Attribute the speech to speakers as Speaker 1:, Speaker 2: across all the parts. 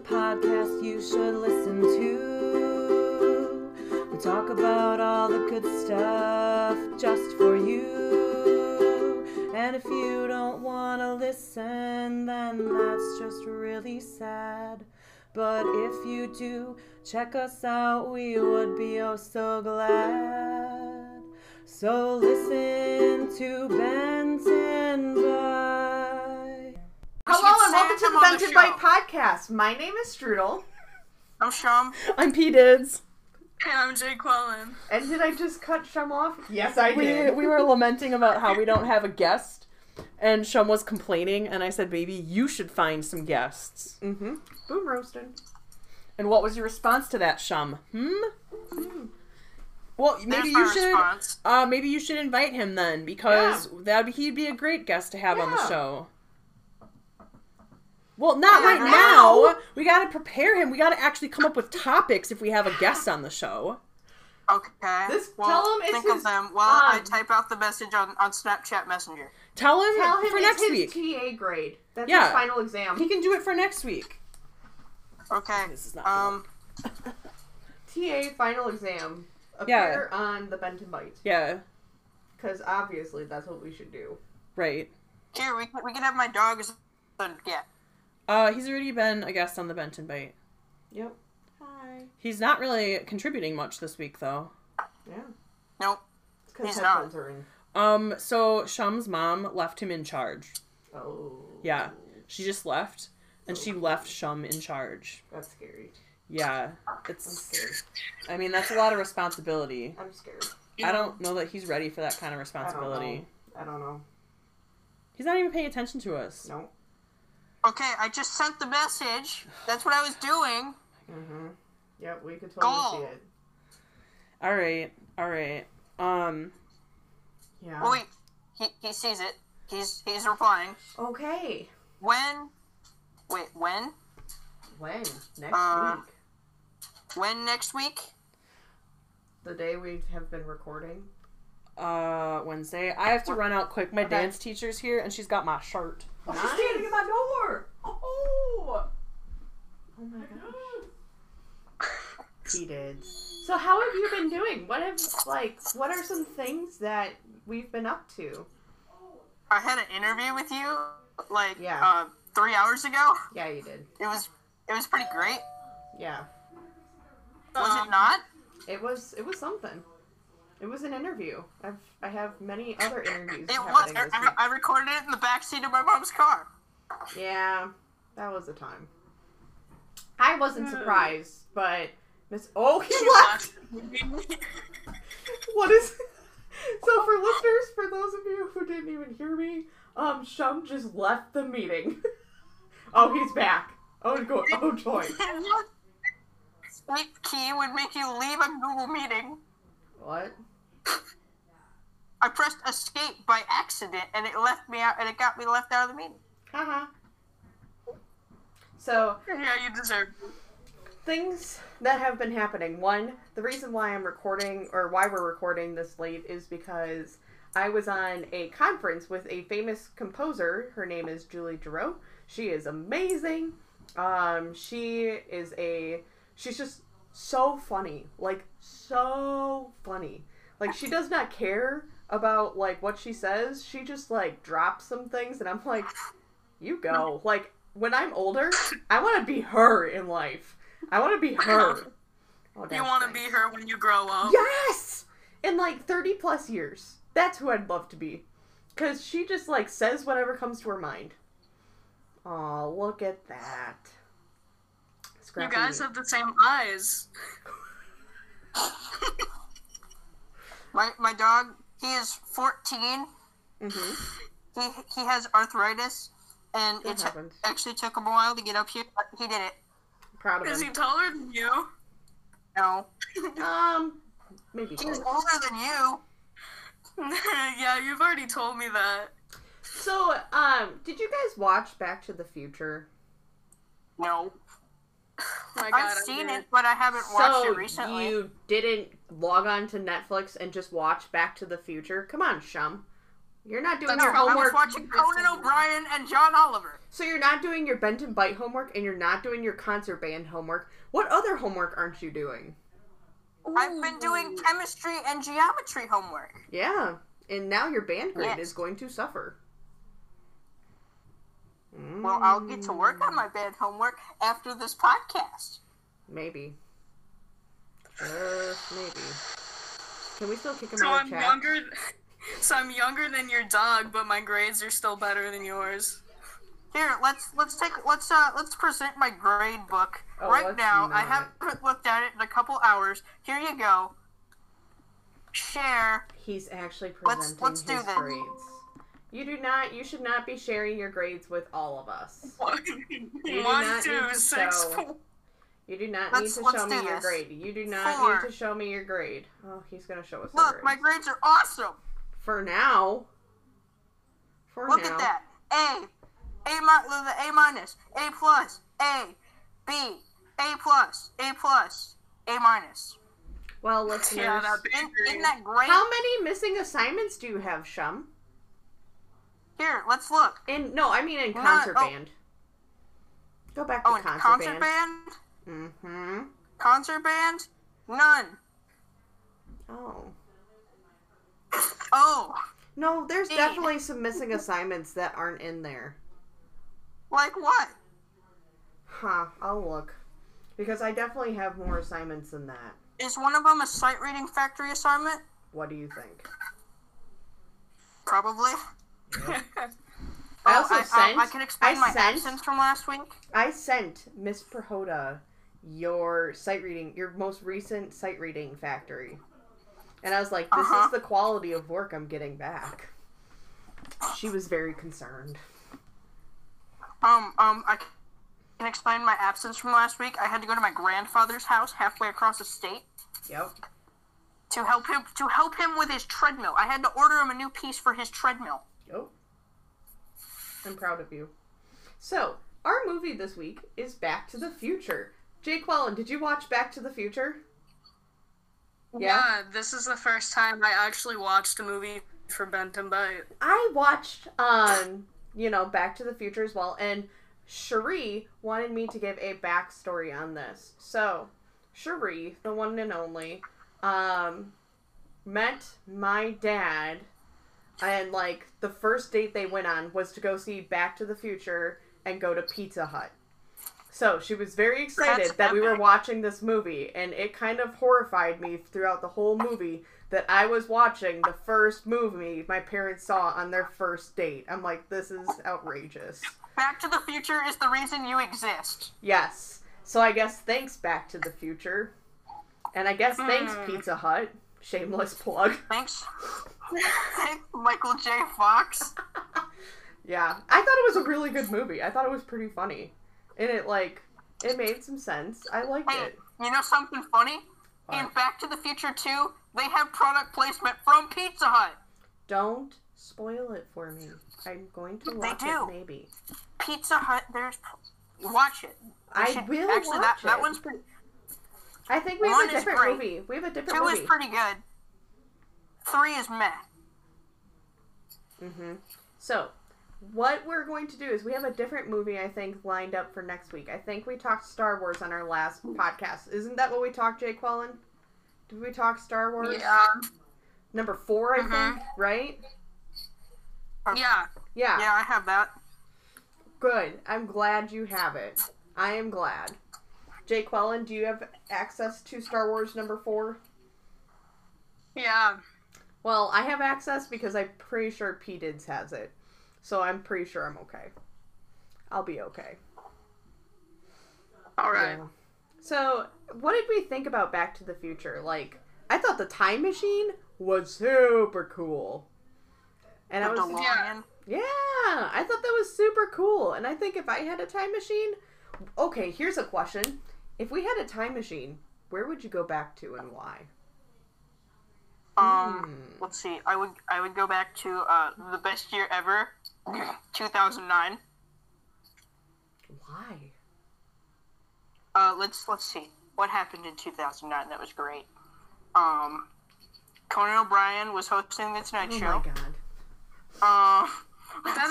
Speaker 1: podcast you should listen to. We talk about all the good stuff just for you. And if you don't want to listen, then that's just really sad. But if you do, check us out. We would be oh so glad. So listen to Benton Bye.
Speaker 2: Hello and welcome
Speaker 3: Sam
Speaker 2: to the
Speaker 3: on the
Speaker 2: Benton
Speaker 3: show.
Speaker 2: Bite podcast. My name is Strudel,
Speaker 3: I'm Sham.
Speaker 4: I'm P Dids.
Speaker 3: And I'm Jay Quellen.
Speaker 2: and did I just cut Shum off? Yes, I
Speaker 4: We,
Speaker 2: did.
Speaker 4: we were lamenting about how we don't have a guest, and Shum was complaining, and I said, "Baby, you should find some guests."
Speaker 2: Mm-hmm. Boom roasting.
Speaker 4: And what was your response to that, Shum? Hmm. Well, maybe
Speaker 3: There's
Speaker 4: you
Speaker 3: my
Speaker 4: should.
Speaker 3: response.
Speaker 4: Uh, maybe you should invite him then, because that he'd be a great guest to have on the
Speaker 2: Yeah.
Speaker 4: show. Well, not
Speaker 2: Yeah,
Speaker 4: right
Speaker 2: now.
Speaker 4: now. We got to prepare him. We got to actually come up with topics if we have a guest on the show.
Speaker 3: Okay.
Speaker 2: This-
Speaker 3: well,
Speaker 2: tell him it's
Speaker 3: think
Speaker 2: his-
Speaker 3: of them while I
Speaker 2: um,
Speaker 3: type out the message on, on Snapchat Messenger.
Speaker 4: Tell him,
Speaker 2: Tell him
Speaker 4: for
Speaker 2: it's
Speaker 4: next
Speaker 2: his
Speaker 4: week.
Speaker 2: TA grade. That's
Speaker 4: Yeah.
Speaker 2: his final
Speaker 4: he
Speaker 2: exam.
Speaker 4: can do it for next week.
Speaker 3: Okay.
Speaker 4: This is not gonna
Speaker 3: Um.
Speaker 2: TA final exam.
Speaker 4: Yeah.
Speaker 2: Appear on the Benton Bite
Speaker 4: Yeah,
Speaker 2: because obviously that's what we should do.
Speaker 4: right.
Speaker 3: Here we can, we can have my dog as a yeah.
Speaker 4: Uh, he's already been a guest on the Benton Bite.
Speaker 2: Yep. Hi.
Speaker 4: He's not really contributing much this week, though.
Speaker 2: Yeah.
Speaker 3: Nope.
Speaker 2: It's because
Speaker 3: He's
Speaker 2: headphones are in.
Speaker 4: Um, so Shum's mom left him in charge.
Speaker 2: Oh.
Speaker 4: Yeah, she just left, and she left Shum in charge.
Speaker 2: That's scary.
Speaker 4: Yeah,
Speaker 2: I'm
Speaker 4: it's.
Speaker 2: scared.
Speaker 4: I mean, that's a lot of responsibility.
Speaker 2: I'm scared.
Speaker 4: I don't know that he's ready for that kind of
Speaker 2: I don't know.
Speaker 4: responsibility.
Speaker 2: I don't know.
Speaker 4: He's not even paying attention to us.
Speaker 2: No.
Speaker 3: Okay, I just sent the message. That's what I was doing.
Speaker 2: Mm-hmm. Yep. We could
Speaker 3: Go.
Speaker 2: totally see it.
Speaker 4: All right, all right. Um,
Speaker 2: Yeah.
Speaker 3: Oh, wait, he, he sees it. He's he's replying.
Speaker 2: Okay.
Speaker 3: When? Wait, when?
Speaker 2: When? Next
Speaker 3: Uh,
Speaker 2: week.
Speaker 3: When next week?
Speaker 2: The day we have been recording.
Speaker 4: uh, Wednesday. I have to run out quick. My dance teacher's here, and she's got my shirt.
Speaker 2: Oh, she's standing at
Speaker 4: my door. Oh.
Speaker 2: Oh my gosh. He did. So how have you been doing? What have like what are some things that we've been up to?
Speaker 3: I had an interview with you like
Speaker 2: Yeah.
Speaker 3: uh, three hours ago.
Speaker 2: Yeah, you did.
Speaker 3: It was it was pretty great.
Speaker 2: Yeah.
Speaker 3: Was it not?
Speaker 2: It was it was something. It was an interview. I've I have many other interviews
Speaker 3: It was.
Speaker 2: happening
Speaker 3: I,
Speaker 2: this week.
Speaker 3: I recorded it in the backseat of my mom's car.
Speaker 2: Yeah, that was the time. I wasn't surprised, but Miss Oh he left. What is? So for listeners, for those of you who didn't even hear me, um, Shum just left the meeting. oh, he's back. Oh, go. Oh, joy.
Speaker 3: Sleep key would make you leave a Google meeting.
Speaker 2: What?
Speaker 3: I pressed escape by accident and it left me out and it got me left out of the meeting.
Speaker 2: Haha. So
Speaker 3: Yeah, you deserve.
Speaker 2: things that have been happening. One, the reason why I'm recording or why we're recording this late is because I was on a conference with a famous composer. Her name is Julie Giroux. She is amazing. Um, she is a she's just so funny. Like so funny. Like she does not care about like what she says. She just like drops some things and I'm like you go. Like when I'm older, I want to be her in life. I want to be her. Oh, that's nice.
Speaker 3: her when you grow up.
Speaker 2: Yes! In like 30 plus years. That's who I'd love to be. Because she just like says whatever comes to her mind. Oh, look at that. Scrappy.
Speaker 3: the same eyes. my my dog, he is 14
Speaker 2: Mhm.
Speaker 3: he he has arthritis, and
Speaker 2: That
Speaker 3: it
Speaker 2: happens.
Speaker 3: actually took him a while to get up here. But he did it.
Speaker 2: Proud of
Speaker 5: Is he
Speaker 2: him.
Speaker 5: taller than you?
Speaker 3: No,
Speaker 2: Um, maybe.
Speaker 3: he's
Speaker 2: both.
Speaker 3: older than you.
Speaker 5: yeah, you've already told me that.
Speaker 2: So, um, did you guys watch Back to the Future?
Speaker 3: No,
Speaker 5: Oh my God,
Speaker 3: I've
Speaker 5: I
Speaker 3: seen
Speaker 5: did.
Speaker 3: it, but I haven't watched it recently.
Speaker 2: you didn't log on to Netflix and just watch Back to the Future? Come on, Shum. You're not doing
Speaker 5: That's
Speaker 2: your
Speaker 5: right.
Speaker 3: I was
Speaker 2: homework.
Speaker 3: watching Conan O'Brien and John Oliver.
Speaker 2: So you're not doing your bent and bite homework, and you're not doing your concert band homework. What other homework aren't you doing?
Speaker 3: I've been doing chemistry and geometry homework.
Speaker 2: Yeah, and now your band grade
Speaker 3: Yes.
Speaker 2: is going to suffer.
Speaker 3: Well, I'll
Speaker 2: Mm,
Speaker 3: get to work on my band homework after this podcast.
Speaker 2: Maybe. Just maybe. Can we still kick him
Speaker 5: So
Speaker 2: out
Speaker 5: I'm
Speaker 2: of chat?
Speaker 5: younger. So I'm younger than your dog, but my grades are still better than yours.
Speaker 3: Here, let's let's take let's uh let's present my grade book
Speaker 2: Oh,
Speaker 3: right
Speaker 2: let's
Speaker 3: now. I
Speaker 2: not.
Speaker 3: haven't looked at it in a couple hours. Here you go. Share.
Speaker 2: He's actually
Speaker 3: Let's-
Speaker 2: presenting
Speaker 3: let's do
Speaker 2: his
Speaker 3: this.
Speaker 2: grades. You do not. You should not be sharing your grades with all of us.
Speaker 5: One,
Speaker 2: do
Speaker 5: one,
Speaker 2: not need
Speaker 5: two,
Speaker 2: to
Speaker 5: six,
Speaker 2: show.
Speaker 5: four.
Speaker 2: You do not
Speaker 3: Let's-
Speaker 2: need to
Speaker 3: let's
Speaker 2: show me
Speaker 3: do
Speaker 2: your
Speaker 3: this.
Speaker 2: grade. You do not
Speaker 3: Four.
Speaker 2: need to show me your grade. Oh, he's gonna show us. the
Speaker 3: Look, my
Speaker 2: grades.
Speaker 3: grades are awesome.
Speaker 2: for now. For
Speaker 3: Look
Speaker 2: now.
Speaker 3: at that. A, A mi- the A minus, A plus, A, B, A plus, A plus, A minus.
Speaker 2: Well, listeners,
Speaker 5: Yeah, that big
Speaker 3: Isn't,
Speaker 5: grade.
Speaker 3: isn't that great?
Speaker 2: how many missing assignments do you have, Shum?
Speaker 3: Here, let's look.
Speaker 2: In no, I mean in
Speaker 3: We're not-
Speaker 2: concert
Speaker 3: oh.
Speaker 2: band. Go back to
Speaker 3: Oh, and
Speaker 2: concert, band.
Speaker 3: concert band,
Speaker 2: Mm-hmm.
Speaker 3: concert band, none.
Speaker 2: Oh.
Speaker 3: Oh,
Speaker 2: No, there's
Speaker 3: Dang.
Speaker 2: definitely some missing assignments that aren't in there.
Speaker 3: like what?
Speaker 2: Huh, I'll look. Because I definitely have more assignments than that.
Speaker 3: Is one of them a sight reading factory assignment?
Speaker 2: What do you think?
Speaker 3: Probably.
Speaker 2: I
Speaker 3: Oh,
Speaker 2: also
Speaker 3: I,
Speaker 2: sent
Speaker 3: I, I can explain
Speaker 2: I
Speaker 3: my
Speaker 2: sent-
Speaker 3: absence from last week.
Speaker 2: I sent Miss Prohoda your sight reading, your most recent sight reading factory. And I was like, this
Speaker 3: Uh-huh.
Speaker 2: is the quality of work I'm getting back. She was very concerned.
Speaker 3: Um, um, I can explain my absence from last week. I had to go to my grandfather's house halfway across the state
Speaker 2: Yep.
Speaker 3: to help him to help him with his treadmill. I had to order him a new piece for his treadmill.
Speaker 2: Oh. I'm proud of you. So, our movie this week is Back to the Future. Jake Quellen, did you watch Back to the Future?
Speaker 5: Yeah, this is the first time I actually watched a movie for Bent and Bite.
Speaker 2: I watched um, you know, Back to the Future as well, and Cherie wanted me to give a backstory on this. So, Cherie, the one and only, um, met my dad, and like the first date they went on was to go see Back to the Future and go to Pizza Hut. So she was very excited
Speaker 3: That's
Speaker 2: that we were
Speaker 3: epic.
Speaker 2: watching this movie, and it kind of horrified me throughout the whole movie that I was watching the first movie my parents saw on their first date. I'm like, this is outrageous.
Speaker 3: Back to the Future is the reason you exist.
Speaker 2: Yes. So I guess thanks Back to the Future. And I guess thanks
Speaker 3: Hmm.
Speaker 2: Pizza Hut. Shameless plug.
Speaker 3: Thanks, Thank Michael J. Fox.
Speaker 2: Yeah. I thought it was a really good movie. I thought it was pretty funny. And it like it made some sense. I liked
Speaker 3: Hey,
Speaker 2: it.
Speaker 3: you know something funny? In
Speaker 2: What?
Speaker 3: Back to the Future 2, they have product placement from Pizza Hut.
Speaker 2: Don't spoil it for me. I'm going to watch
Speaker 3: do.
Speaker 2: it maybe.
Speaker 3: Pizza Hut, there's. Watch it. You
Speaker 2: I
Speaker 3: should-
Speaker 2: will
Speaker 3: Actually,
Speaker 2: watch
Speaker 3: that,
Speaker 2: it.
Speaker 3: that one's pretty.
Speaker 2: I think we
Speaker 3: one
Speaker 2: have a
Speaker 3: is
Speaker 2: different
Speaker 3: great.
Speaker 2: movie. We have a different
Speaker 3: Two
Speaker 2: movie.
Speaker 3: is pretty good. Three is meh.
Speaker 2: So, what we're going to do is we have a different movie I think lined up for next week. I think we talked Star Wars on our last podcast. Isn't that what we talked, Jake Quellen? Did we talk Star Wars?
Speaker 5: Yeah, Mm-hmm.
Speaker 2: Number four, I think, right?
Speaker 5: yeah.
Speaker 2: Yeah.
Speaker 3: Yeah, I have that.
Speaker 2: Good. I'm glad you have it. I am glad. Jake Quellen, do you have access to Star Wars number four?
Speaker 5: Yeah.
Speaker 2: Well, I have access because I'm pretty sure P Dids has it. So I'm pretty sure I'm okay. I'll be okay.
Speaker 5: All right.
Speaker 2: Yeah. So, what did we think about Back to the Future? Like, I thought the time machine was super cool. And I
Speaker 3: The
Speaker 2: was,
Speaker 3: DeLorean.
Speaker 2: yeah, I thought that was super cool. And I think if I had a time machine, okay, here's a question. If we had a time machine, where would you go back to and why? Hmm.
Speaker 3: Um, let's see. I would I would go back to uh, the best year ever, 2009.
Speaker 2: Why?
Speaker 3: Uh, let's let's see what happened in 2009. That was great. Um, Conan O'Brien was hosting the Tonight
Speaker 2: Oh my
Speaker 3: Show.
Speaker 2: god.
Speaker 3: Um,
Speaker 5: That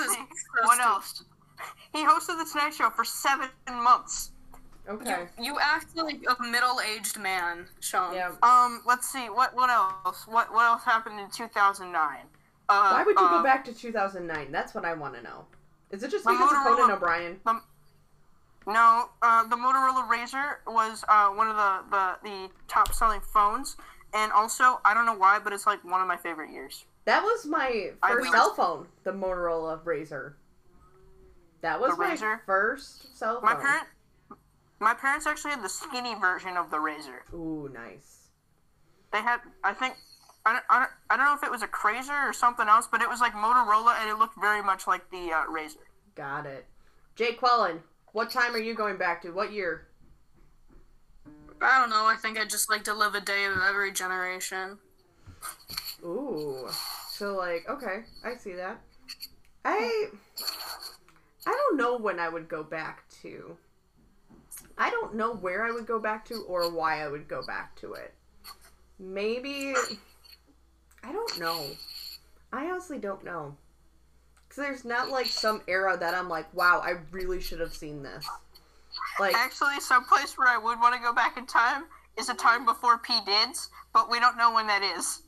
Speaker 5: is
Speaker 3: what
Speaker 5: disgusting.
Speaker 3: else? He hosted the Tonight Show for seven months.
Speaker 2: Okay.
Speaker 5: You act like a middle-aged man, Sean.
Speaker 2: Yeah.
Speaker 3: Um, let's see what what else? What what else happened in 2009? Uh,
Speaker 2: Why would you
Speaker 3: uh,
Speaker 2: go back to 2009? That's what I want to know. Is it just
Speaker 3: My
Speaker 2: because of
Speaker 3: Motorola-
Speaker 2: Conan O'Brien?
Speaker 3: No, uh, the Motorola Razr was uh, one of the, the, the top selling phones, and also I don't know why, but it's like one of my favorite years.
Speaker 2: That was my
Speaker 3: I
Speaker 2: first
Speaker 3: was-
Speaker 2: cell phone, the Motorola Razor. That was
Speaker 3: The
Speaker 2: my
Speaker 3: Razr?
Speaker 2: first cell phone.
Speaker 3: My parent, my parents actually had the skinny version of the Razor.
Speaker 2: Ooh, nice.
Speaker 3: They had, I think, I don't, I don't, I don't know if it was a Crazer or something else, but it was like Motorola, and it looked very much like the uh, Razor.
Speaker 2: Got it. Jay Quellen, what time are you going back to? What year?
Speaker 5: I don't know. I think I just like to live a day of every generation.
Speaker 2: Ooh. So like, okay, I see that. I I don't know when I would go back to. I don't know where I would go back to or why I would go back to it. Maybe I don't know. I honestly don't know. Cuz there's not like some era that I'm like, wow, I really should have seen this. Like
Speaker 3: Actually, some place where I would want to go back in time is a time before P Dids, but we don't know when that is.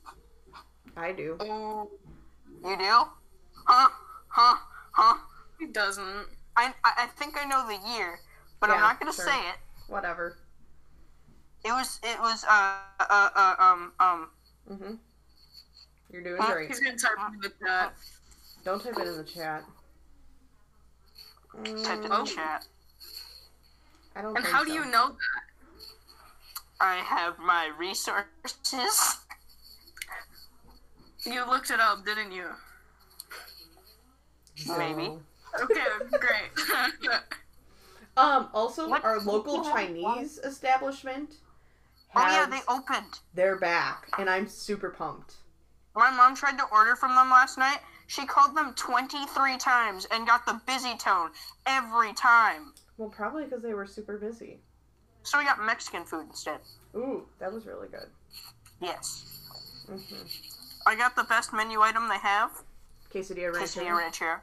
Speaker 2: I do.
Speaker 3: You do? Huh? Huh? Huh?
Speaker 5: He doesn't.
Speaker 3: I, I I think I know the year, but I'm
Speaker 2: Yeah,
Speaker 3: not gonna
Speaker 2: sure.
Speaker 3: say it.
Speaker 2: Whatever.
Speaker 3: It was it was uh uh, uh um um
Speaker 2: Mhm. You're doing great.
Speaker 5: He's gonna type in the chat.
Speaker 2: Don't type it in the chat. Mm,
Speaker 3: typed in
Speaker 5: Oh.
Speaker 3: the chat.
Speaker 2: I don't.
Speaker 5: And
Speaker 2: think
Speaker 5: how do
Speaker 2: so.
Speaker 5: you know that?
Speaker 3: I have my resources.
Speaker 5: You looked it up, didn't you?
Speaker 3: Maybe.
Speaker 2: Oh.
Speaker 5: Okay, great.
Speaker 2: Um. Also,
Speaker 3: What-
Speaker 2: our local
Speaker 3: Yeah, why-
Speaker 2: Chinese establishment
Speaker 3: Oh
Speaker 2: has
Speaker 3: yeah, they opened.
Speaker 2: their back, and I'm super pumped.
Speaker 3: My mom tried to order from them last night. She called them 23 times and got the busy tone every time.
Speaker 2: Well, probably because they were super busy.
Speaker 3: So we got Mexican food instead.
Speaker 2: Ooh, that was really good.
Speaker 3: Yes.
Speaker 2: Mhm.
Speaker 3: I got the best menu item they have.
Speaker 2: Quesadilla
Speaker 3: Quesadilla
Speaker 2: ranch.
Speaker 3: ranchera.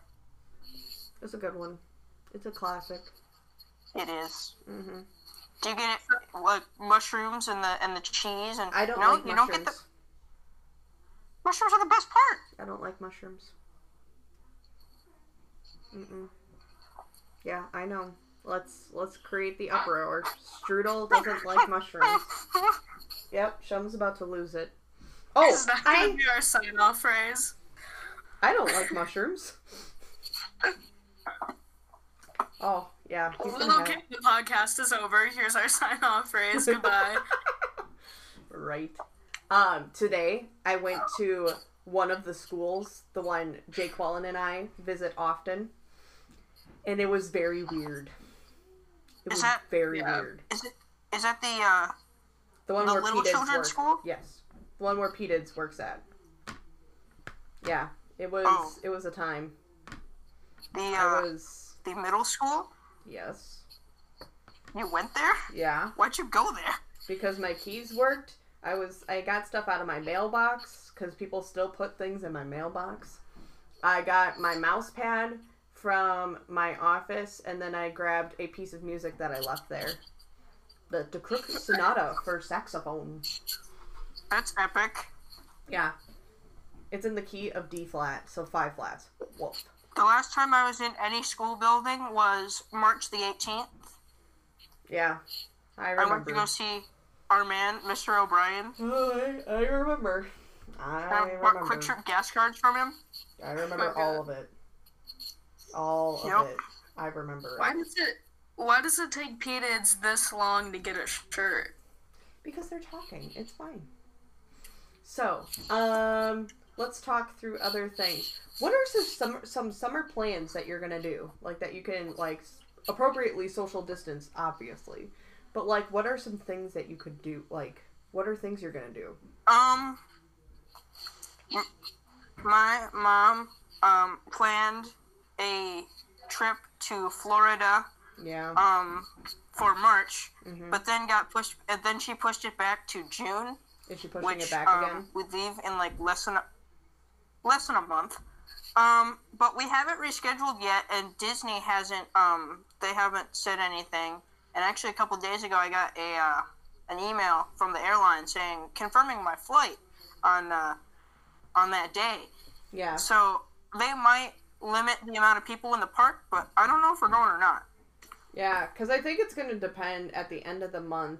Speaker 2: It's a good one. It's a classic.
Speaker 3: It is.
Speaker 2: Mhm.
Speaker 3: Do you get it like mushrooms and the and the cheese and
Speaker 2: I don't
Speaker 3: no,
Speaker 2: like
Speaker 3: you
Speaker 2: mushrooms.
Speaker 3: don't get the mushrooms are the best part.
Speaker 2: I don't like mushrooms. Mm-mm. Yeah, I know. Let's let's create the uproar. Strudel doesn't like mushrooms. Yep, Shum's about to lose it. Oh,
Speaker 5: Is that gonna
Speaker 2: I
Speaker 5: be our sign-off phrase?
Speaker 2: I don't like mushrooms. Oh yeah, he's gonna
Speaker 5: Well,
Speaker 2: have-
Speaker 5: okay, the podcast is over. Here's our sign-off phrase. Goodbye.
Speaker 2: right. Um, today I went to one of the schools, the one Jay Quallen and I visit often, and it was very weird. It
Speaker 3: Is
Speaker 2: was
Speaker 3: that-
Speaker 2: very
Speaker 5: yeah.
Speaker 2: weird.
Speaker 3: Is it is that the uh
Speaker 2: The one
Speaker 3: The
Speaker 2: where
Speaker 3: little
Speaker 2: P-Dids
Speaker 3: children's
Speaker 2: work.
Speaker 3: school?
Speaker 2: Yes, the one where P-Dids works at. Yeah, it was.
Speaker 3: Oh.
Speaker 2: It was a time.
Speaker 3: the
Speaker 2: I
Speaker 3: uh
Speaker 2: was.
Speaker 3: the middle school?
Speaker 2: Yes.
Speaker 3: You went there?
Speaker 2: Yeah.
Speaker 3: Why'd you go there?
Speaker 2: because my keys worked. I was I got stuff out of my mailbox because people still put things in my mailbox. I got my mouse pad from my office, and then I grabbed a piece of music that I left there, the the Crook Sonata for saxophone.
Speaker 3: That's epic.
Speaker 2: Yeah, it's in the key of D flat, so five flats. Wolf.
Speaker 3: The last time I was in any school building was March the 18th.
Speaker 2: Yeah, I
Speaker 3: I went to
Speaker 2: remember.
Speaker 3: go see our man, Mr. O'Brien.
Speaker 2: Oh, I, I remember. I
Speaker 3: I bought Um, Quick
Speaker 2: remember.
Speaker 3: Trip gas cards from him.
Speaker 2: I remember all of it. All of
Speaker 3: Yep.
Speaker 2: it. I remember. it.
Speaker 5: why does it? Why does it take P-Dids this long to get a shirt?
Speaker 2: Because they're talking. It's fine. So, um, let's talk through other things. What are some summer, some summer plans that you're gonna do? Like that you can like s- appropriately social distance, obviously, but like what are some things that you could do? Like what are things you're gonna do?
Speaker 3: Um, m- my mom um planned a trip to Florida
Speaker 2: Yeah.
Speaker 3: um for March,
Speaker 2: hmm
Speaker 3: but then got pushed, and then she pushed it back to June,
Speaker 2: Is she pushing
Speaker 3: which
Speaker 2: it back
Speaker 3: um
Speaker 2: again?
Speaker 3: we leave in like less than a, less than a month. Um, but we haven't rescheduled yet, and Disney hasn't. Um, they haven't said anything. And actually, a couple days ago, I got a uh, an email from the airline saying confirming my flight on uh, on that day.
Speaker 2: Yeah.
Speaker 3: So they might limit the amount of people in the park, but I don't know if we're going or not.
Speaker 2: Yeah, because I think it's going to depend at the end of the month,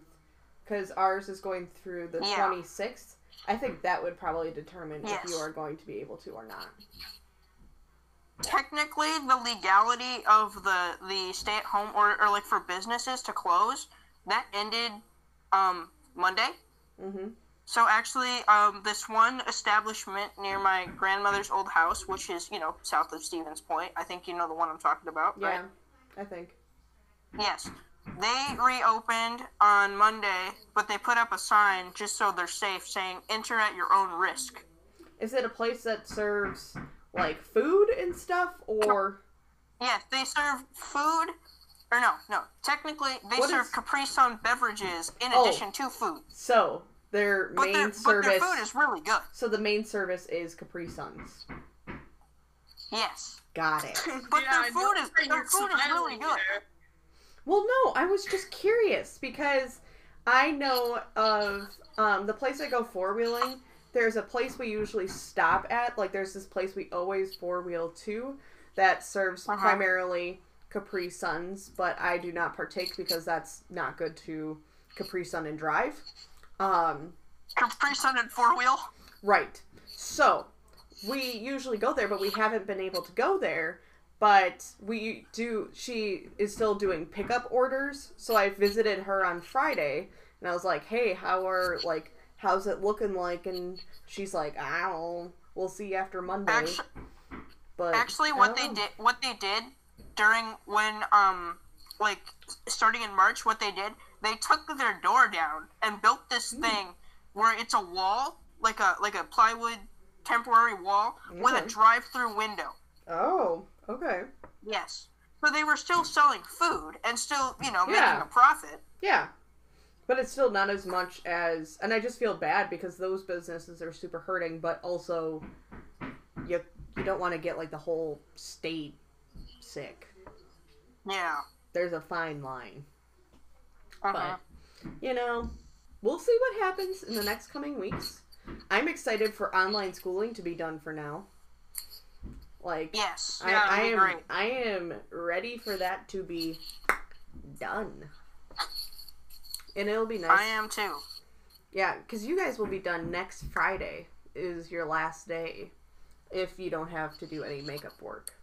Speaker 2: because ours is going through the
Speaker 3: Yeah.
Speaker 2: 26th. I think that would probably determine
Speaker 3: Yes.
Speaker 2: if you are going to be able to or not.
Speaker 3: Technically, the legality of the the stay at home order, or like for businesses to close, that ended um, Monday.
Speaker 2: Mm-hmm.
Speaker 3: So actually, um, this one establishment near my grandmother's old house, which is you know south of Stevens Point, I think you know the one I'm talking about,
Speaker 2: Yeah,
Speaker 3: right?
Speaker 2: I think.
Speaker 3: Yes, they reopened on Monday, but they put up a sign just so they're safe, saying "Enter at your own risk."
Speaker 2: Is it a place that serves like food and stuff, or
Speaker 3: Yes, they serve food, or no, no. Technically, they
Speaker 2: What
Speaker 3: serve
Speaker 2: is-
Speaker 3: Capri Sun beverages in
Speaker 2: Oh.
Speaker 3: addition to food,
Speaker 2: so their
Speaker 3: but
Speaker 2: main
Speaker 3: their but
Speaker 2: service?
Speaker 3: their food is really good.
Speaker 2: So the main service is Capri Suns.
Speaker 3: Yes,
Speaker 2: Got it.
Speaker 3: but
Speaker 5: Yeah, I
Speaker 3: their food
Speaker 5: know
Speaker 3: is
Speaker 5: why
Speaker 3: their
Speaker 5: you're
Speaker 3: food is really
Speaker 5: smiling
Speaker 3: good.
Speaker 5: there.
Speaker 2: Well, no, I was just curious because I know of um, the place I go four wheeling. There's a place we usually stop at. Like, there's this place we always four wheel to that serves
Speaker 3: Uh-huh.
Speaker 2: primarily Capri Suns, but I do not partake because that's not good to Capri Sun and drive. Um,
Speaker 3: Capri Sun and four wheel.
Speaker 2: Right. So we usually go there, but we haven't been able to go there. But we do. She is still doing pickup orders, so I visited her on Friday, and I was like, "Hey, how are like how's it looking like?" And she's like, "I don't. know. We'll see after Monday."
Speaker 3: Actu-
Speaker 2: but
Speaker 3: Actually,
Speaker 2: I
Speaker 3: what
Speaker 2: don't
Speaker 3: they
Speaker 2: know.
Speaker 3: did, what they did during when, um, like starting in March, what they did, they took their door down and built this
Speaker 2: Hmm.
Speaker 3: thing where it's a wall, like a like a plywood temporary wall with a
Speaker 2: Okay.
Speaker 3: drive-through window.
Speaker 2: Oh, okay.
Speaker 3: Yes. So they were still selling food and still, you know,
Speaker 2: Yeah.
Speaker 3: making a profit.
Speaker 2: Yeah. But it's still not as much as and I just feel bad because those businesses are super hurting, but also you you don't want to get like the whole state sick.
Speaker 3: Yeah.
Speaker 2: There's a fine line.
Speaker 3: Uh-huh.
Speaker 2: But you know, we'll see what happens in the next coming weeks. I'm excited for online schooling to be done for now. Like
Speaker 3: Yes.
Speaker 2: I,
Speaker 3: yeah,
Speaker 2: I
Speaker 3: that'd be
Speaker 2: am
Speaker 3: great.
Speaker 2: I am ready for that to be done. And it'll be nice.
Speaker 3: I am too.
Speaker 2: Yeah, because you guys will be done next Friday is your last day if you don't have to do any makeup work.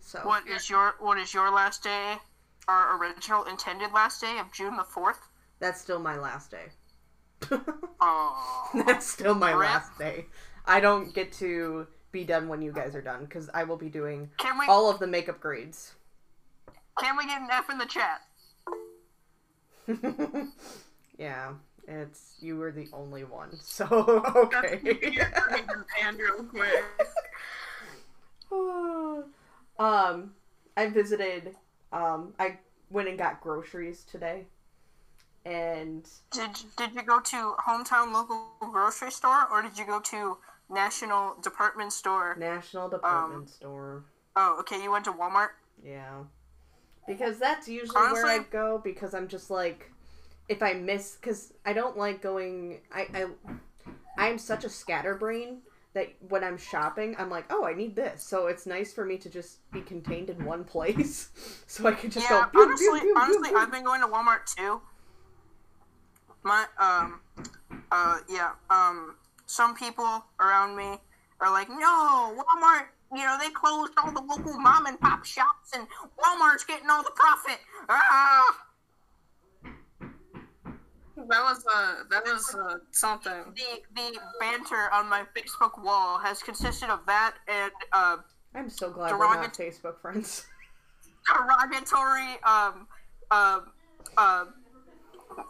Speaker 2: So
Speaker 3: What is your what is your last day? Our original intended last day of June the fourth.
Speaker 2: that's still my last day.
Speaker 3: Oh.
Speaker 2: that's still my
Speaker 3: Rip.
Speaker 2: last day. I don't get to be done when you guys are done because I will be doing
Speaker 3: Can we
Speaker 2: all of the makeup grades.
Speaker 3: can we get an F in the chat?
Speaker 2: yeah, it's you were the only one. So okay.
Speaker 5: And real quick.
Speaker 2: um, I visited. Um, I went and got groceries today, and
Speaker 3: Did did you go to hometown local grocery store or did you go to national department store?
Speaker 2: National Department Store.
Speaker 3: Oh, okay, you went to Walmart.
Speaker 2: Yeah, because that's usually where I
Speaker 3: Honestly-
Speaker 2: go because I'm just like, if I miss, because I don't like going. I I I'm such a scatterbrain that when I'm shopping, I'm like, oh, I need this. So it's nice for me to just be contained in one place, so I can just
Speaker 3: yeah,
Speaker 2: go. pew, pew,
Speaker 3: honestly,
Speaker 2: pew, pew,
Speaker 3: honestly,
Speaker 2: pew.
Speaker 3: I've been going to Walmart too. My um, uh, yeah, um, some people around me are like, no, Walmart. You know, they closed all the local mom and pop shops, and Walmart's getting all the profit. Ah,
Speaker 5: That was uh that was uh something.
Speaker 3: the the banter on my Facebook wall has consisted of that and uh,
Speaker 2: I'm so glad we're not
Speaker 3: Derogatory-
Speaker 2: Facebook friends.
Speaker 3: derogatory um, um, uh,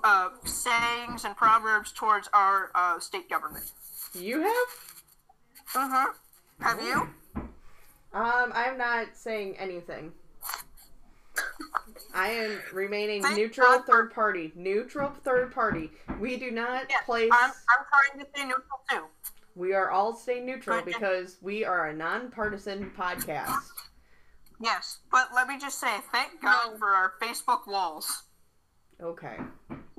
Speaker 3: uh, sayings and proverbs towards our uh, state government.
Speaker 2: you have?
Speaker 3: Uh-huh. Have you?
Speaker 2: Um, I'm not saying anything. I am remaining
Speaker 3: Thank
Speaker 2: neutral
Speaker 3: God for-
Speaker 2: third party. Neutral third party. We do not
Speaker 3: Yeah,
Speaker 2: place.
Speaker 3: I'm, I'm trying to stay neutral too.
Speaker 2: We are all staying neutral
Speaker 3: But-
Speaker 2: because we are a nonpartisan podcast.
Speaker 3: Yes, but let me just say, thank God
Speaker 5: No.
Speaker 3: for our Facebook walls.
Speaker 2: Okay.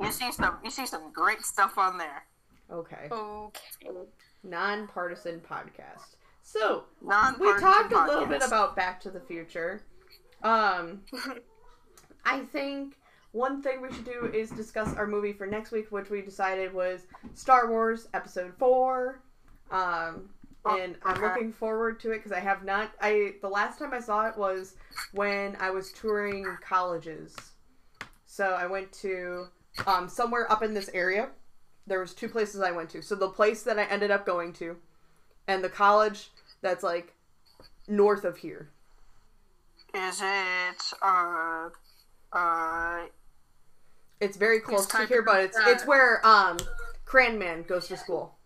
Speaker 3: You see some, you see some great stuff on there.
Speaker 2: Okay.
Speaker 5: Okay.
Speaker 2: Nonpartisan podcast. So,
Speaker 3: Non.
Speaker 2: we talked a little bit about Back to the Future. Um, I think one thing we should do is discuss our movie for next week, which we decided was Star Wars Episode Four. Um, and I'm
Speaker 3: Okay.
Speaker 2: looking forward to it because I have not. I the last time I saw it was when I was touring colleges. So I went to um, somewhere up in this area. There was two places I went to. So the place that I ended up going to, and the college that's like north of here.
Speaker 3: Is it uh uh
Speaker 2: It's very close to
Speaker 5: typing
Speaker 2: here, but it's
Speaker 5: that.
Speaker 2: it's where um Cranman goes to school.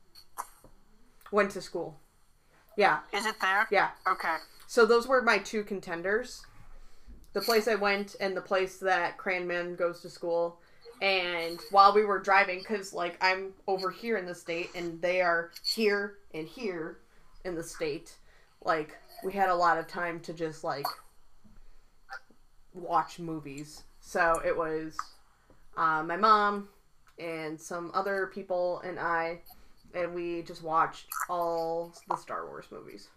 Speaker 2: Went to school. Yeah,
Speaker 3: is it there?
Speaker 2: yeah.
Speaker 3: Okay.
Speaker 2: So those were my two contenders. The place I went and the place that Cranman goes to school. And while we were driving, because like I'm over here in the state and they are here and here in the state, like we had a lot of time to just like watch movies. So it was uh, my mom and some other people and I, and we just watched all the Star Wars movies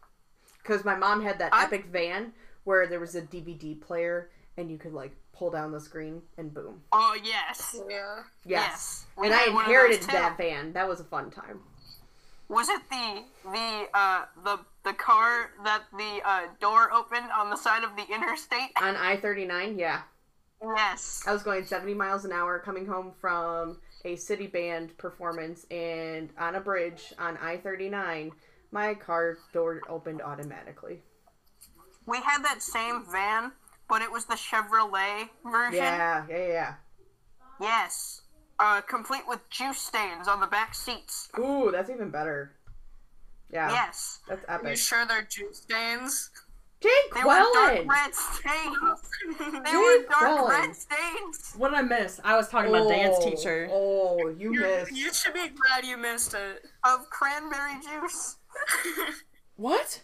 Speaker 2: because my mom had that
Speaker 3: I-
Speaker 2: epic van where there was a DVD player and you could like pull down the screen and boom.
Speaker 3: Oh yes.
Speaker 5: Yeah.
Speaker 2: Yes.
Speaker 3: We
Speaker 2: And I
Speaker 3: had one of those,
Speaker 2: inherited
Speaker 3: too.
Speaker 2: that van. That was a fun time.
Speaker 3: Was it the the uh the the car that the uh door opened on the side of the interstate?
Speaker 2: On I 39, yeah.
Speaker 3: Yes.
Speaker 2: I was going 70 miles an hour coming home from a city band performance, and on a bridge on I 39, my car door opened automatically.
Speaker 3: We had that same van, but it was the Chevrolet version.
Speaker 2: Yeah, yeah, yeah.
Speaker 3: Yes. Uh, complete with juice stains on the back seats.
Speaker 2: yeah. Ooh, that's even better. Yeah,
Speaker 3: Yes.
Speaker 2: that's
Speaker 5: Are you
Speaker 2: epic.
Speaker 5: sure they're juice stains?
Speaker 2: Jake
Speaker 3: They were
Speaker 2: Quellen!
Speaker 3: dark red stains. They were
Speaker 2: Dude,
Speaker 3: dark
Speaker 2: Quellen.
Speaker 3: red stains.
Speaker 4: What did I miss? I was talking about dance
Speaker 2: Oh,
Speaker 4: teacher.
Speaker 2: Oh, you
Speaker 5: You're-
Speaker 2: missed.
Speaker 5: You should be glad you missed it.
Speaker 3: of cranberry juice.
Speaker 4: What?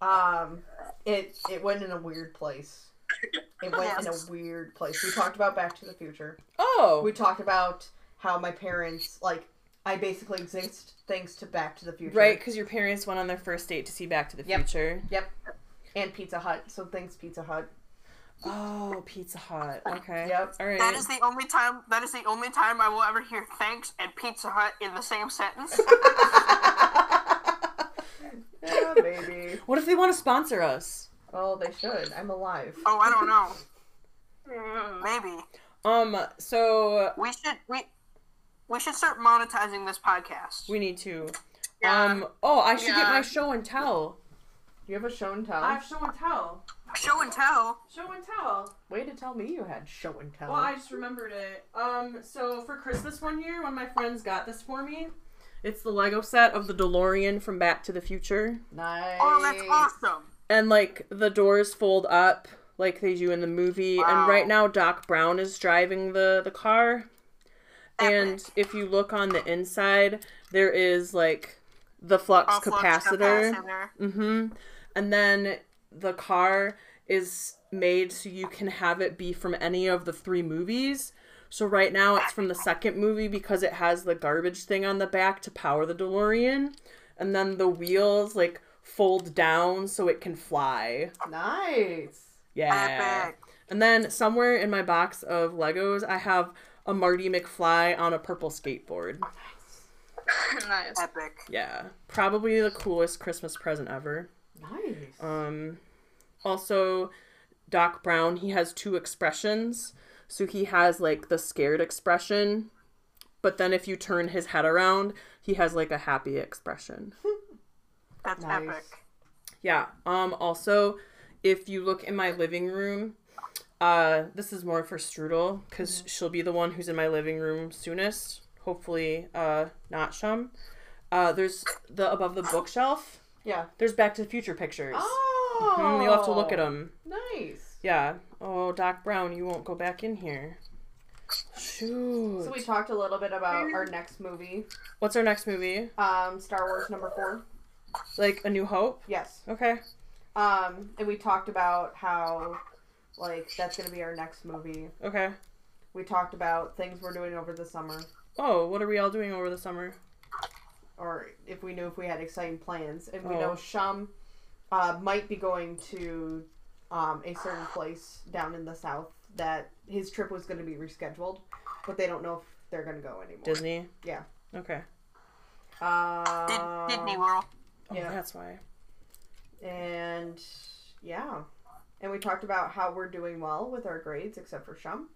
Speaker 2: Um, it it went in a weird place. It went in a weird place. We talked about Back to the Future.
Speaker 4: Oh.
Speaker 2: We talked about how my parents like I basically exist thanks to Back to the Future.
Speaker 4: Right, because your parents went on their first date to see Back to the
Speaker 2: Yep.
Speaker 4: Future.
Speaker 2: Yep. And Pizza Hut. So thanks Pizza Hut.
Speaker 4: Oh, Pizza Hut. Okay.
Speaker 2: Yep.
Speaker 4: All right.
Speaker 3: That is the only time. That is the only time I will ever hear thanks and Pizza Hut in the same sentence.
Speaker 2: yeah, baby.
Speaker 4: what if they want to sponsor us?
Speaker 2: Oh, they should. I'm alive.
Speaker 3: oh, I don't know. Mm, Maybe
Speaker 4: Um. So
Speaker 3: we should we we should start monetizing this podcast.
Speaker 4: we need to.
Speaker 5: Yeah.
Speaker 4: Um. Oh, I should get
Speaker 5: Yeah.
Speaker 4: my show and tell.
Speaker 2: You have a show and tell.
Speaker 1: I have show and tell.
Speaker 3: Show and tell.
Speaker 1: Show and tell.
Speaker 2: Way to tell me you had show and tell.
Speaker 1: Well, I just remembered it. Um, so for Christmas one year, one of my friends got this for me.
Speaker 4: It's the Lego set of the DeLorean from Back to the Future,
Speaker 2: nice.
Speaker 3: Oh, that's awesome.
Speaker 4: and like the doors fold up like they do in the movie.
Speaker 3: Wow.
Speaker 4: And right now Doc Brown is driving the the car.
Speaker 3: Epic.
Speaker 4: And if you look on the inside, there is like the flux
Speaker 3: Offload
Speaker 4: capacitor.
Speaker 3: capacitor.
Speaker 4: hmm And then the car is made so you can have it be from any of the three movies. So right now it's from the second movie because it has the garbage thing on the back to power the DeLorean. And then the wheels like fold down so it can fly.
Speaker 2: Nice.
Speaker 4: Yeah.
Speaker 3: Epic.
Speaker 4: And then somewhere in my box of Legos, I have a Marty McFly on a purple skateboard.
Speaker 5: nice.
Speaker 3: Epic.
Speaker 4: Yeah. Probably the coolest Christmas present ever.
Speaker 2: Nice.
Speaker 4: Um, also, Doc Brown, he has two expressions. So he has like the scared expression, but then if you turn his head around, he has like a happy expression.
Speaker 3: That's
Speaker 2: Nice.
Speaker 3: epic.
Speaker 4: Yeah. Um, also, if you look in my living room, uh, this is more for Strudel because
Speaker 2: Mm-hmm.
Speaker 4: she'll be the one who's in my living room soonest. Hopefully, uh, not Shum. Uh, there's the above the bookshelf.
Speaker 2: yeah.
Speaker 4: There's Back to the Future pictures.
Speaker 2: Oh.
Speaker 4: Mm, you'll have to look at them.
Speaker 2: Nice.
Speaker 4: Yeah. Mm. Oh, Doc Brown, you won't go back in here. Shoot.
Speaker 2: So we talked a little bit about our next movie,
Speaker 4: What's our next movie?
Speaker 2: um, Star Wars number four.
Speaker 4: Like A New Hope?
Speaker 2: Yes.
Speaker 4: Okay.
Speaker 2: Um, and we talked about how, like, that's gonna be our next movie.
Speaker 4: Okay.
Speaker 2: We talked about things we're doing over the summer,
Speaker 4: Oh, what are we all doing over the summer?
Speaker 2: or if we knew if we had exciting plans. And we
Speaker 4: Oh.
Speaker 2: know Shum uh, might be going to um, a certain place down in the south that his trip was gonna be rescheduled, but they don't know if they're gonna go anymore.
Speaker 4: Disney?
Speaker 2: Yeah.
Speaker 4: Okay.
Speaker 3: Did,
Speaker 2: Um,
Speaker 3: Disney World.
Speaker 4: Oh,
Speaker 2: Yeah.
Speaker 4: that's why.
Speaker 2: And yeah. And we talked about how we're doing well with our grades, except for Shum.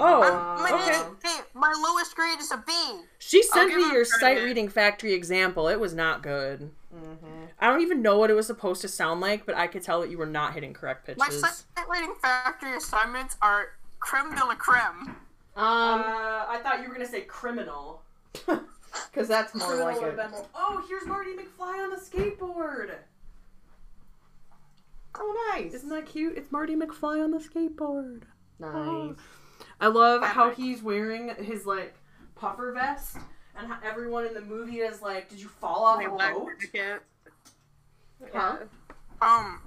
Speaker 4: Oh,
Speaker 2: Um,
Speaker 3: my,
Speaker 2: okay.
Speaker 3: hey, my lowest grade is a B.
Speaker 4: she sent
Speaker 5: give
Speaker 4: me
Speaker 5: her
Speaker 4: your
Speaker 5: credit.
Speaker 4: sight reading factory example. It was not good.
Speaker 2: Mm-hmm.
Speaker 4: I don't even know what it was supposed to sound like, but I could tell that you were not hitting correct
Speaker 3: My
Speaker 4: pitches.
Speaker 3: second rating factory assignments are creme de la creme.
Speaker 2: Um,
Speaker 4: Uh, I thought you were gonna say criminal.
Speaker 2: because that's more like it.
Speaker 4: Oh, here's Marty McFly on a skateboard.
Speaker 2: Oh, nice.
Speaker 4: Isn't that cute? It's Marty McFly on the skateboard.
Speaker 2: nice.
Speaker 4: I love how he's wearing his like puffer vest, and how everyone in the movie is like, "Did you fall off a boat?"
Speaker 2: Oh. Huh?
Speaker 3: Um,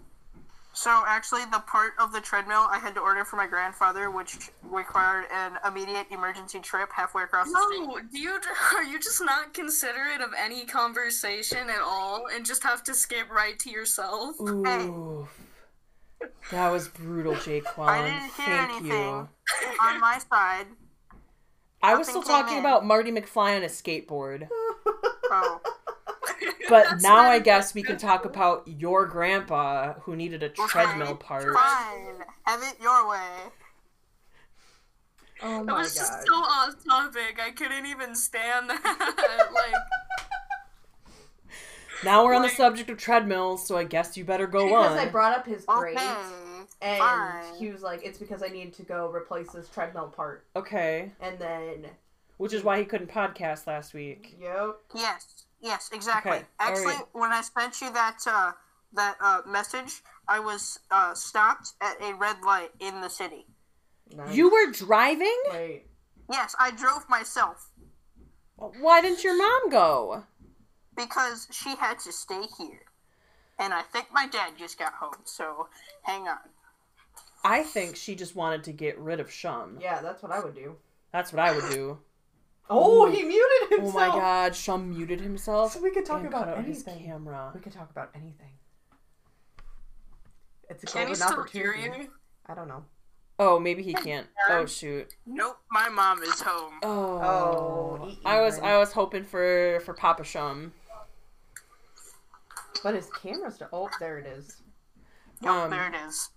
Speaker 3: so actually, the part of the treadmill I had to order for my grandfather, which required an immediate emergency trip halfway across the state.
Speaker 5: No, do you are you just not considerate of any conversation at all, and just have to skip right to yourself?
Speaker 4: Oof, that was brutal,
Speaker 3: I
Speaker 4: Jaquan.
Speaker 3: didn't hear
Speaker 4: Oh, Thank you.
Speaker 3: anything on my side.
Speaker 4: I was still
Speaker 3: Nothing came
Speaker 4: talking
Speaker 3: in.
Speaker 4: about Marty McFly on a skateboard,
Speaker 3: Oh,
Speaker 4: but now I guess we can talk about your grandpa who needed a
Speaker 3: okay.
Speaker 4: treadmill part.
Speaker 3: Fine, have it your way.
Speaker 4: Oh
Speaker 2: Oh
Speaker 5: That
Speaker 4: my
Speaker 5: was just
Speaker 4: god.
Speaker 5: so off topic. I couldn't even stand that. like,
Speaker 4: Now we're on the subject of treadmills, so I guess you better go
Speaker 2: Because I
Speaker 4: on.
Speaker 2: brought up his grades,
Speaker 3: Okay,
Speaker 2: and
Speaker 3: fine.
Speaker 2: he was like, "It's because I need to go replace this treadmill part."
Speaker 4: Okay,
Speaker 2: And then,
Speaker 4: which is why he couldn't podcast last week.
Speaker 2: yep.
Speaker 3: Yes, yes, exactly.
Speaker 4: Okay, all
Speaker 3: Actually,
Speaker 4: right.
Speaker 3: when I sent you that uh, that uh, message, I was uh, stopped at a red light in the city.
Speaker 2: Nice.
Speaker 4: You were driving?
Speaker 2: Wait.
Speaker 3: Yes, I drove myself
Speaker 4: Why didn't your mom go?
Speaker 3: because she had to stay here, and I think my dad just got home. So hang on.
Speaker 4: I think she just wanted to get rid of Shum.
Speaker 2: Yeah, that's what I would do.
Speaker 4: That's what I would do.
Speaker 2: Oh, he muted
Speaker 4: Oh
Speaker 2: himself.
Speaker 4: my god, Shum muted himself.
Speaker 2: So we could talk
Speaker 4: and
Speaker 2: about
Speaker 4: cut out his
Speaker 2: anything. We
Speaker 4: camera.
Speaker 2: could talk about anything. It's a
Speaker 5: can
Speaker 2: golden
Speaker 5: you still hear
Speaker 2: opportunity.
Speaker 5: you?
Speaker 2: I don't know.
Speaker 4: Oh, maybe he can't. Oh shoot.
Speaker 3: Nope, my mom is home.
Speaker 4: Oh.
Speaker 2: Oh, eat
Speaker 4: I was
Speaker 2: you,
Speaker 4: I was hoping for for Papa Shum.
Speaker 2: But his camera's still. Oh, there it is.
Speaker 3: Nope,
Speaker 4: Um,
Speaker 3: there it is.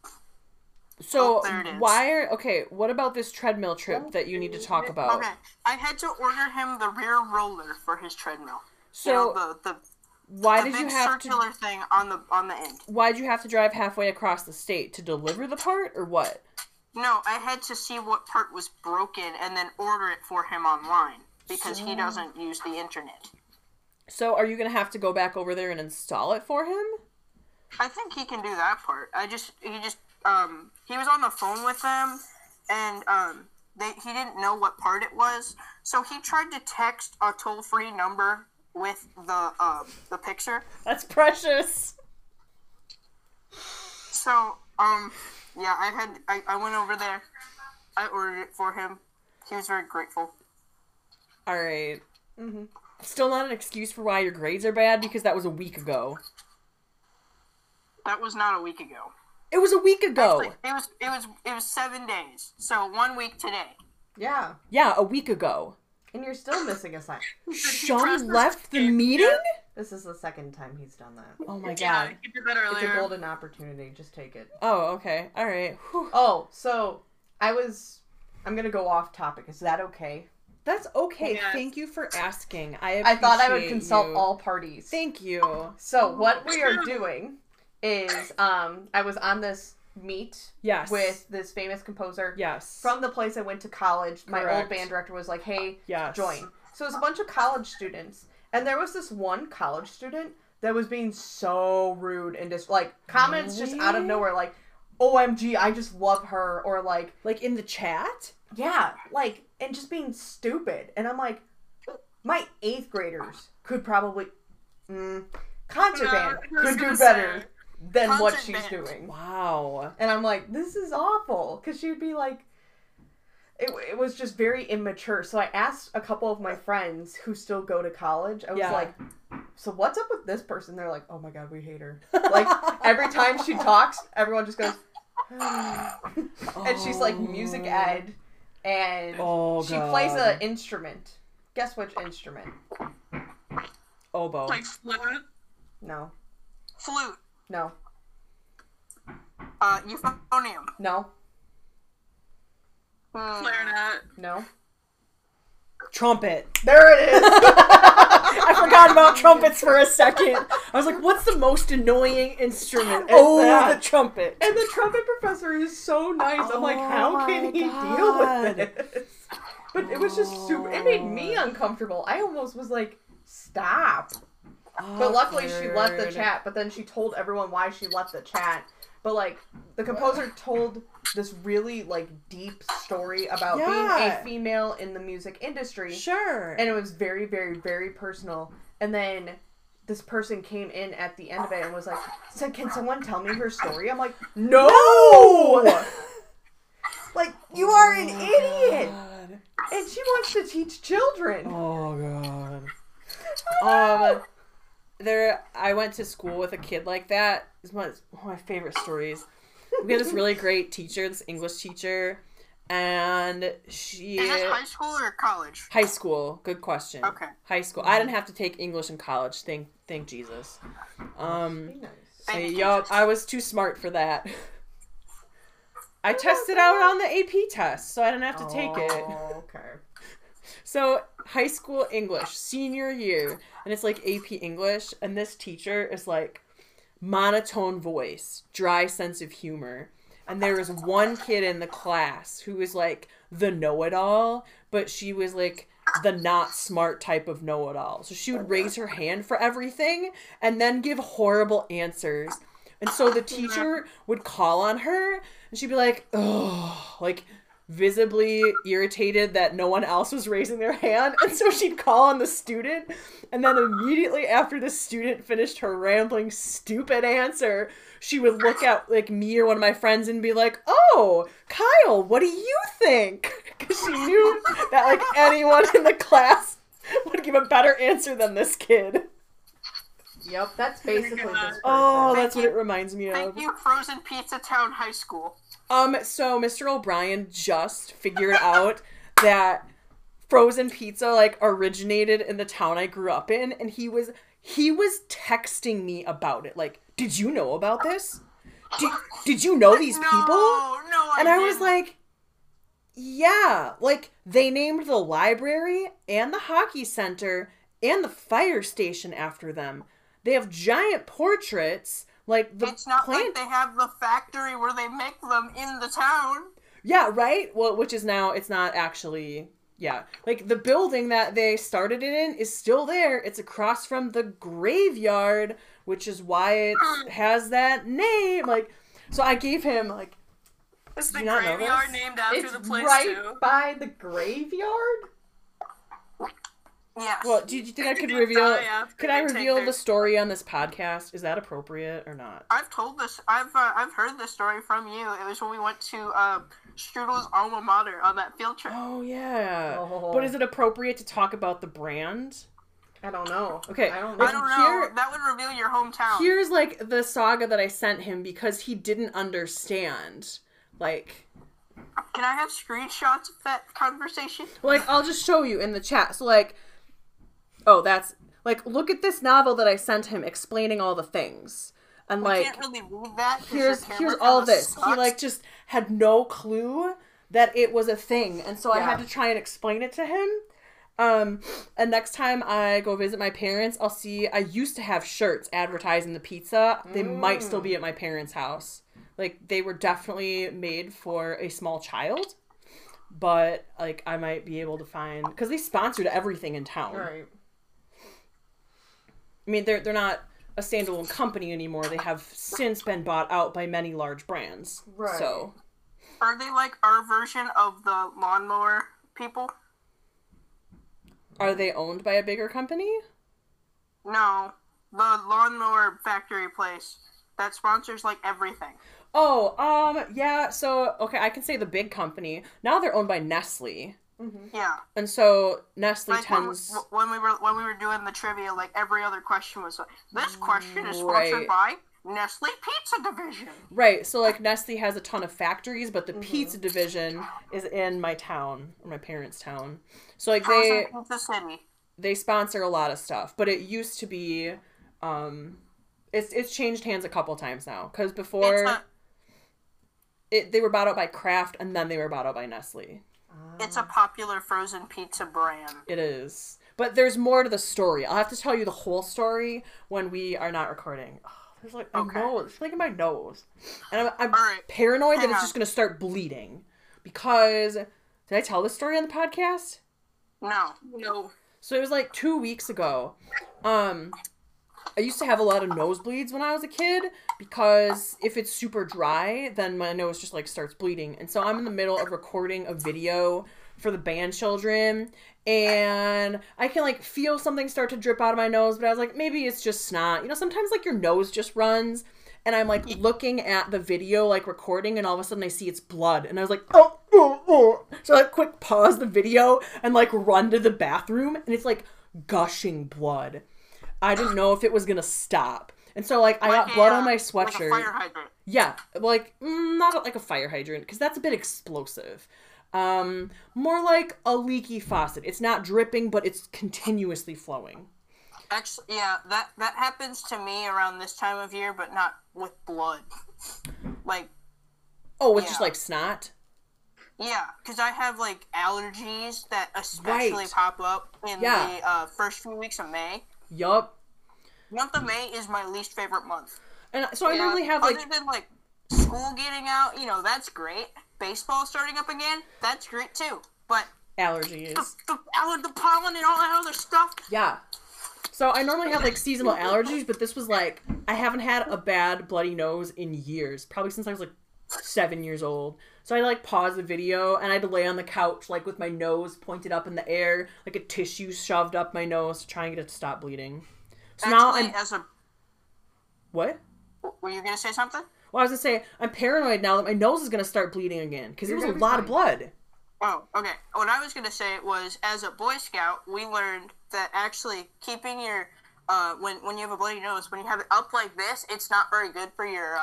Speaker 4: So
Speaker 3: Oh, there it is.
Speaker 4: why are okay? What about this treadmill trip that you need to talk about?
Speaker 3: Okay, I had to order him the rear roller for his treadmill. you know,
Speaker 4: So
Speaker 3: the the,
Speaker 4: why
Speaker 3: the
Speaker 4: did
Speaker 3: big
Speaker 4: you have to?
Speaker 3: circular thing on the on the end.
Speaker 4: Why'd you have to drive halfway across the state to deliver the part or what?
Speaker 3: No, I had to see what part was broken and then order it for him online because he doesn't use the internet.
Speaker 4: So are you gonna have to go back over there and install it for him?
Speaker 3: I think he can do that part. I just he just um he was on the phone with them and um they he didn't know what part it was. So he tried to text a toll-free number with the um the picture.
Speaker 4: That's precious.
Speaker 3: So um yeah, I had I, I went over there. I ordered it for him. He was very grateful.
Speaker 4: All right. Mm-hmm. Still not an excuse for why your grades are bad because that was a week ago.
Speaker 3: That was not a week ago.
Speaker 4: It was a week ago.
Speaker 3: It was it was it was seven days. So one week today.
Speaker 2: Yeah.
Speaker 4: yeah, a week ago.
Speaker 2: And you're still missing a sign.
Speaker 4: Sean left the meeting.
Speaker 2: This is the second time he's done that.
Speaker 4: Oh my
Speaker 5: Yeah,
Speaker 4: god.
Speaker 5: you did that
Speaker 2: It's a
Speaker 5: earlier.
Speaker 2: golden opportunity. Just take it.
Speaker 4: Oh, okay. All right. Whew.
Speaker 2: Oh, so I was. I'm gonna go off topic. Is that okay?
Speaker 4: That's okay.
Speaker 5: Yeah.
Speaker 4: Thank you for asking. I
Speaker 2: I thought I would
Speaker 4: appreciate
Speaker 2: consult
Speaker 4: you.
Speaker 2: all parties.
Speaker 4: Thank you.
Speaker 2: so what we are doing is, um, I was on this meet
Speaker 4: Yes.
Speaker 2: with this famous composer
Speaker 4: yes
Speaker 2: from the place I went to college. My old
Speaker 4: Correct.
Speaker 2: band director was like, "Hey,
Speaker 4: yes
Speaker 2: join. So it's a bunch of college students, and there was this one college student that was being so rude and just like comments just out of
Speaker 4: Really?
Speaker 2: nowhere, like, "OMG, I just love her," or like,
Speaker 4: like in the chat.
Speaker 2: yeah, like, and just being stupid. And I'm like, my eighth graders could probably, mm, contraband
Speaker 5: No, I was
Speaker 2: could do
Speaker 5: gonna say,
Speaker 2: better than what she's
Speaker 5: contraband.
Speaker 2: doing.
Speaker 4: Wow.
Speaker 2: And I'm like, this is awful. Because she'd be like, it, it was just very immature. So I asked a couple of my friends who still go to college. I was
Speaker 4: Yeah.
Speaker 2: like, so what's up with this person? They're like, oh my God, we hate her. Like, every time she talks, everyone just goes, "Ah." and she's like music ed. And
Speaker 4: Oh,
Speaker 2: she plays
Speaker 4: God.
Speaker 2: an instrument. Guess which instrument?
Speaker 4: Oboe.
Speaker 5: Like flute.
Speaker 2: No.
Speaker 3: Flute.
Speaker 2: No.
Speaker 3: Uh, euphonium.
Speaker 2: No.
Speaker 3: Hmm.
Speaker 5: Clarinet.
Speaker 2: No.
Speaker 4: Trumpet.
Speaker 2: There it is!
Speaker 4: I forgot about trumpets for a second. I was like, what's the most annoying instrument? oh,
Speaker 2: that.
Speaker 4: the trumpet.
Speaker 2: And the trumpet professor is so nice. I'm like,
Speaker 4: Oh
Speaker 2: how
Speaker 4: my
Speaker 2: can he
Speaker 4: God. Oh.
Speaker 2: deal with this? But it was just super. It made me uncomfortable. I almost was like, stop.
Speaker 4: Oh,
Speaker 2: But luckily, she left the
Speaker 4: Awkward.
Speaker 2: chat. But then she told everyone why she left the chat. But like, the composer told this really like deep story about being
Speaker 4: Yeah.
Speaker 2: a female in the music industry.
Speaker 4: Sure.
Speaker 2: and it was very very very personal and then this person came in at the end of it and was like so can someone tell me her story i'm like no like you are an idiot
Speaker 4: God.
Speaker 2: and she wants to teach children
Speaker 4: Oh god. Um, there. I went to school with a kid like that. It's one it's one of my favorite stories. We had this really great teacher, this English teacher, and she
Speaker 3: Is this high school or college?
Speaker 4: high school. Good question.
Speaker 3: Okay.
Speaker 4: High school. I didn't have to take English in college. Thank, thank Jesus. Um.
Speaker 2: Be nice.
Speaker 3: Thank
Speaker 4: Yup. I was too smart for that. I tested out on the AP test, so I didn't have to take it.
Speaker 2: Oh, okay
Speaker 4: So high school English, senior year, and it's like AP English, and this teacher is like monotone voice, dry sense of humor. And there was one kid in the class who was like the know it all, but she was like the not smart type of know it all. So she would raise her hand for everything and then give horrible answers. And so the teacher would call on her and she'd be like, oh, like visibly irritated that no one else was raising their hand. And so she'd call on the student. And then immediately after the student finished her rambling, stupid answer, she would look at like me or one of my friends and be like, oh, Kyle, what do you think? Because she knew that like anyone in the class would give a better answer than this kid.
Speaker 2: yep that's basically this person.
Speaker 4: Oh, that's what it reminds me of.
Speaker 3: Thank you, Frozen Pizza Town High School.
Speaker 4: Um, so Mr. O'Brien just figured out that frozen pizza like originated in the town I grew up in, and he was he was texting me about it. Like, did you know about this? Did, did you know these
Speaker 3: no,
Speaker 4: people?
Speaker 3: No, I
Speaker 4: and I was
Speaker 3: didn't.
Speaker 4: like, yeah, like they named the library and the hockey center and the fire station after them. They have giant portraits, like the
Speaker 3: it's not
Speaker 4: plant
Speaker 3: like they have the factory where they make them in the town.
Speaker 4: Yeah, right? Well, which is now, it's not actually, yeah. Like, the building that they started it in is still there. It's across from the graveyard, which is why it has that name. Like, so I gave him, like,
Speaker 5: Is the
Speaker 4: you not know
Speaker 5: graveyard
Speaker 4: this?
Speaker 5: named after
Speaker 2: it's
Speaker 5: the place
Speaker 2: right
Speaker 5: too?
Speaker 2: by the graveyard
Speaker 3: Yes.
Speaker 4: well, do you think I could
Speaker 5: You
Speaker 4: reveal,
Speaker 5: die after
Speaker 4: could I
Speaker 5: they take
Speaker 4: reveal
Speaker 5: their-
Speaker 4: the story on this podcast? Is that appropriate or not?
Speaker 3: I've told this. I've uh, I've heard this story from you. It was when we went to uh, Strudel's alma mater on that field trip.
Speaker 4: Oh, yeah.
Speaker 2: Oh.
Speaker 4: But is it appropriate to talk about the brand?
Speaker 2: i don't know
Speaker 4: Okay,
Speaker 2: i don't know
Speaker 3: I don't know.
Speaker 4: here-
Speaker 3: that would reveal your hometown.
Speaker 4: here's like the saga that I sent him because he didn't understand. Like,
Speaker 3: Can I have screenshots of that conversation?
Speaker 4: like I'll just show you in the chat. So like oh, that's like look at this novel that I sent him explaining all the things. And
Speaker 3: I
Speaker 4: like
Speaker 3: can't really read that. 'cause your
Speaker 4: here's
Speaker 3: camera
Speaker 4: here's all
Speaker 3: kinda
Speaker 4: this. He
Speaker 3: sucks.
Speaker 4: like just had no clue that it was a thing. And so I had
Speaker 2: Yeah.
Speaker 4: to try and explain it to him. Um and next time I go visit my parents, I'll see I used to have shirts advertising the pizza. They might still be at my parents' house. Like they were definitely made for a small child but like I might be able to find because they sponsored everything in town.
Speaker 2: right
Speaker 4: I mean, they're they're not a standalone company anymore. They have since been bought out by many large brands.
Speaker 2: Right.
Speaker 4: So
Speaker 3: Are they like our version of the lawnmower people?
Speaker 4: Are they owned by a bigger company?
Speaker 3: No, the lawnmower factory place that sponsors like everything.
Speaker 4: Oh, um, yeah. So, okay, I can say the big company. Now they're owned by Nestle,
Speaker 3: Yeah,
Speaker 4: and so Nestle
Speaker 3: like when we,
Speaker 4: tends.
Speaker 3: when we were when we were doing the trivia, like every other question was like, this question is
Speaker 4: Right.
Speaker 3: sponsored by Nestle Pizza Division.
Speaker 4: Right. So like Nestle has a ton of factories, but the pizza division is in my town or my parents' town. So like they
Speaker 3: Frozen Pizza City.
Speaker 4: they sponsor a lot of stuff, but it used to be um it's it's changed hands a couple times now cuz
Speaker 3: It's
Speaker 4: before
Speaker 3: a
Speaker 4: it they were bought out by Kraft and then they were bought out by Nestle.
Speaker 3: it's a popular frozen pizza brand.
Speaker 4: It is. But there's more to the story. I'll have to tell you the whole story when we are not recording. Oh, there's like my
Speaker 3: Okay.
Speaker 4: nose, it's like in my nose, and I'm, I'm
Speaker 3: All right.
Speaker 4: paranoid that
Speaker 3: Hang
Speaker 4: it's
Speaker 3: on.
Speaker 4: just gonna start bleeding because did I tell this story on the podcast?
Speaker 3: No,
Speaker 5: No.
Speaker 4: So it was like two weeks ago. Um, I used to have a lot of nosebleeds when I was a kid because if it's super dry, then my nose just like starts bleeding. And so I'm in the middle of recording a video for the band children and I can like feel something start to drip out of my nose, but I was like, maybe it's just snot. You know, sometimes like your nose just runs. And I'm like looking at the video, like recording, and all of a sudden I see it's blood. And I was like, oh, oh, oh. So I quick pause the video and like run to the bathroom, and it's like gushing blood. I didn't know if it was gonna stop. And so like I got
Speaker 3: Like a,
Speaker 4: blood on
Speaker 3: uh,
Speaker 4: my
Speaker 3: like a
Speaker 4: sweatshirt.
Speaker 3: fire hydrant.
Speaker 4: Yeah, like mm, not like a fire hydrant because that's a bit explosive. Um, more like a leaky faucet. It's not dripping, but it's continuously flowing.
Speaker 3: Actually, yeah, that that happens to me around this time of year, but not with blood. Like,
Speaker 4: Oh, it's
Speaker 3: Yeah.
Speaker 4: just like snot.
Speaker 3: yeah, because I have like allergies that especially
Speaker 4: Right.
Speaker 3: pop up in
Speaker 4: Yeah.
Speaker 3: the uh, first few weeks of May.
Speaker 4: Yup.
Speaker 3: Month of May is my least favorite month.
Speaker 4: And so I
Speaker 5: Yeah.
Speaker 4: normally have like
Speaker 3: Other than like school getting out, you know, that's great. Baseball starting up again, that's great too. But the
Speaker 4: allergies.
Speaker 3: the, aller- the pollen and all that other stuff,
Speaker 4: Yeah. So I normally have like seasonal allergies, but this was like I haven't had a bad bloody nose in years, probably since I was like seven years old. So I like paused the video and I had to lay on the couch like with my nose pointed up in the air, like a tissue shoved up my nose to try and get it to stop bleeding. So now
Speaker 3: Actually,
Speaker 4: I'm
Speaker 3: as a
Speaker 4: what?
Speaker 3: were you gonna say something?
Speaker 4: Well, I was gonna say I'm paranoid now that my nose is gonna start bleeding again because it was a
Speaker 2: gonna be
Speaker 4: lot of blood.
Speaker 3: Oh, okay. What I was gonna say was, as a Boy Scout, we learned that actually keeping your uh, when when you have a bloody nose, when you have it up like this, it's not very good for your uh,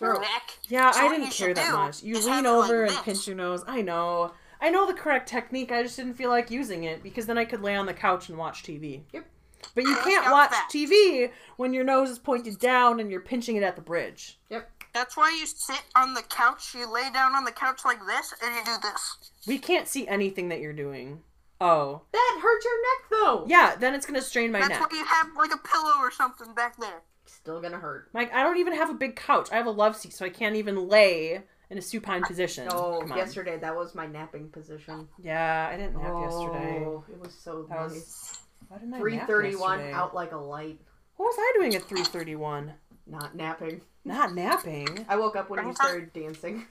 Speaker 3: your
Speaker 4: Throat.
Speaker 3: neck.
Speaker 4: Yeah,
Speaker 3: So
Speaker 4: I
Speaker 3: what
Speaker 4: didn't
Speaker 3: you
Speaker 4: care
Speaker 3: should
Speaker 4: that
Speaker 3: do
Speaker 4: much. You
Speaker 3: is
Speaker 4: lean
Speaker 3: have it
Speaker 4: over and
Speaker 3: like this.
Speaker 4: pinch your nose. I know. I know the correct technique. I just didn't feel like using it because then I could lay on the couch and watch TV.
Speaker 2: Yep.
Speaker 4: But you
Speaker 3: I
Speaker 4: can't
Speaker 3: got
Speaker 4: watch
Speaker 3: that.
Speaker 4: TV when your nose is pointed down and you're pinching it at the bridge.
Speaker 2: Yep.
Speaker 3: That's why you sit on the couch. You lay down on the couch like this, and you do this.
Speaker 4: We can't see anything that you're doing. Oh.
Speaker 2: That hurts your neck though.
Speaker 4: Yeah, then it's going to strain my
Speaker 3: That's
Speaker 4: neck.
Speaker 3: why you have like a pillow or something back there.
Speaker 2: Still gonna hurt.
Speaker 4: Like, I don't even have a big couch. I have a love seat, so I can't even lay in a supine position.
Speaker 2: Oh,
Speaker 4: Come on.
Speaker 2: yesterday that was my napping position.
Speaker 4: Yeah, I didn't nap yesterday.
Speaker 2: Oh, it was so
Speaker 4: That
Speaker 2: nice.
Speaker 4: was. Why didn't I nap
Speaker 2: Three thirty-one
Speaker 4: yesterday?
Speaker 2: out like a light.
Speaker 4: What was I doing at 331?
Speaker 2: Not napping.
Speaker 4: Not napping.
Speaker 2: I woke up when you
Speaker 3: Grandpa?
Speaker 2: started dancing.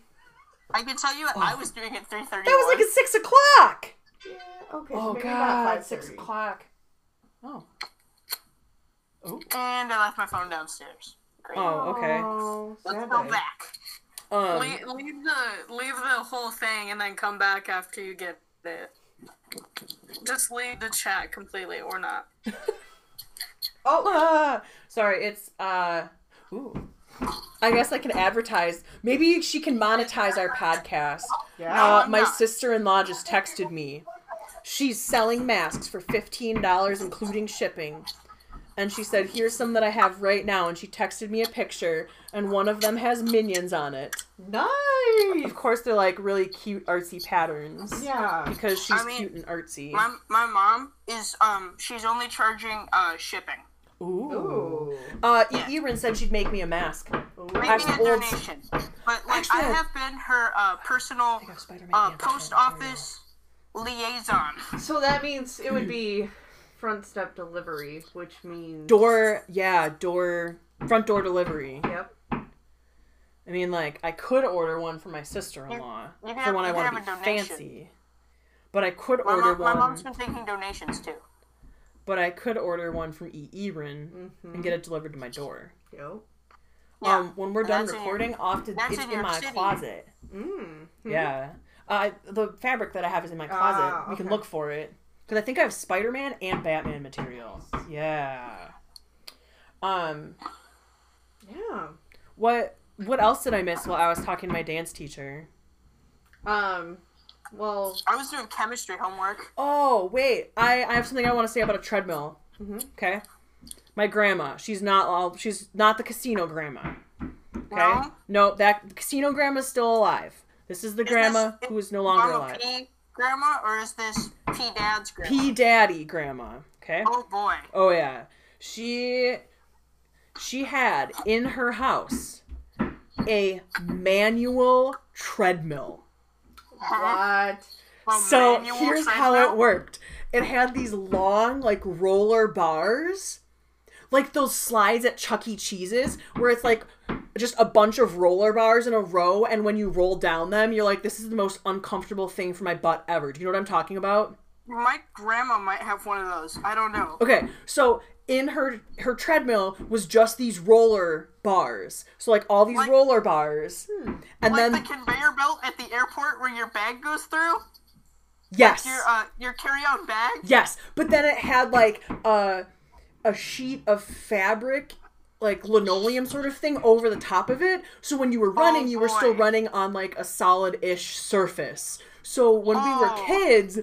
Speaker 3: I can tell you what I was doing at three thirty.
Speaker 4: That was like at six o'clock.
Speaker 2: Yeah. Okay. so
Speaker 4: Oh
Speaker 2: maybe about
Speaker 4: god, six
Speaker 2: 5:30.
Speaker 4: o'clock. Oh. Oh.
Speaker 3: and I left my phone downstairs. Great.
Speaker 4: Oh, okay.
Speaker 2: Oh,
Speaker 3: Let's
Speaker 2: sad
Speaker 3: go
Speaker 2: day.
Speaker 3: back.
Speaker 4: Um,
Speaker 5: leave, leave the leave the whole thing and then come back after you get it. Just leave the chat completely or not.
Speaker 2: Oh,
Speaker 4: ah, sorry, it's uh. Ooh. I guess I can advertise. Maybe she can monetize our podcast.
Speaker 2: yeah.
Speaker 4: Uh,
Speaker 3: I'm
Speaker 4: my
Speaker 3: not.
Speaker 4: sister-in-law just texted me. She's selling masks for fifteen dollars, including shipping. And she said, "Here's some that I have right now." And she texted me a picture, and one of them has minions on it.
Speaker 2: Nice.
Speaker 4: Of course, they're like really cute artsy patterns.
Speaker 2: Yeah.
Speaker 4: because she's
Speaker 3: I mean,
Speaker 4: cute and artsy.
Speaker 3: My my mom is um she's only charging uh shipping.
Speaker 4: Ooh.
Speaker 2: Ooh.
Speaker 4: Uh, E. Ebrin said she'd make me a mask.
Speaker 2: Ooh.
Speaker 4: I've
Speaker 3: Maybe a
Speaker 4: old-
Speaker 3: donation, but like
Speaker 4: Actually,
Speaker 3: I
Speaker 4: I-
Speaker 3: have been her uh personal
Speaker 4: I have Spider-Man
Speaker 3: uh
Speaker 4: hand
Speaker 3: post
Speaker 4: sanitizer.
Speaker 3: office liaison.
Speaker 2: So that means it would be front step delivery, which means
Speaker 4: Door, yeah, door, front door delivery.
Speaker 2: Yep.
Speaker 4: I mean, like I could order one for my sister-in-law
Speaker 3: You- you can
Speaker 4: for
Speaker 3: have-
Speaker 4: when
Speaker 3: you
Speaker 4: I
Speaker 3: can
Speaker 4: want
Speaker 3: have
Speaker 4: to
Speaker 3: a
Speaker 4: be
Speaker 3: donation.
Speaker 4: fancy. But I could
Speaker 3: My,
Speaker 4: order
Speaker 3: mom, my
Speaker 4: one.
Speaker 3: mom's been taking donations too.
Speaker 4: But I could order one from E. Erin and get it delivered to my door.
Speaker 2: Yo.
Speaker 3: Mm-hmm. Yeah.
Speaker 4: Um, when we're
Speaker 3: And
Speaker 4: done
Speaker 3: that's in your-
Speaker 4: recording, I'll have to
Speaker 3: that's
Speaker 4: it's
Speaker 3: in
Speaker 4: in,
Speaker 3: your
Speaker 4: my
Speaker 3: city.
Speaker 4: closet.
Speaker 2: Mm.
Speaker 4: Yeah. Uh, the fabric that I have is in my closet.
Speaker 2: Ah,
Speaker 4: You can
Speaker 2: okay.
Speaker 4: look for it. Because I think I have Spider Man and Batman material. Yeah. Um,
Speaker 2: Yeah.
Speaker 4: what what else did I miss while I was talking to my dance teacher?
Speaker 2: Um. Well.
Speaker 3: I was doing chemistry homework.
Speaker 4: Oh, wait. I, I have something I want to say about a treadmill.
Speaker 2: Mhm.
Speaker 4: Okay. My grandma. She's not all she's not the casino grandma. Okay.
Speaker 3: No?
Speaker 4: No, that the casino grandma's still alive. This is the grandma
Speaker 3: this-
Speaker 4: who is no longer
Speaker 3: Mama
Speaker 4: alive.
Speaker 3: P grandma or is this P dad's grandma?
Speaker 4: P daddy grandma. Okay.
Speaker 3: Oh boy.
Speaker 4: Oh yeah. She she had in her house a manual treadmill.
Speaker 2: What?
Speaker 3: A
Speaker 4: so
Speaker 3: manual
Speaker 4: here's how it
Speaker 3: treadmill?
Speaker 4: worked it had these long like roller bars like those slides at chuck e cheese's where it's like just a bunch of roller bars in a row and when you roll down them you're like this is the most uncomfortable thing for my butt ever do you know what i'm talking about
Speaker 3: My grandma might have one of those. I don't know.
Speaker 4: Okay, so in her her treadmill was just these roller bars. So like all these
Speaker 3: Like-
Speaker 4: roller bars. And
Speaker 3: Like
Speaker 4: then
Speaker 3: the conveyor belt at the airport where your bag goes through,
Speaker 4: yes.
Speaker 3: your uh, your carry-on bag.
Speaker 4: yes, but then it had like a a sheet of fabric like linoleum sort of thing over the top of it. So when you were running, you were still
Speaker 3: Oh, boy.
Speaker 4: running on like a solid-ish surface. So when
Speaker 3: Oh.
Speaker 4: we were kids,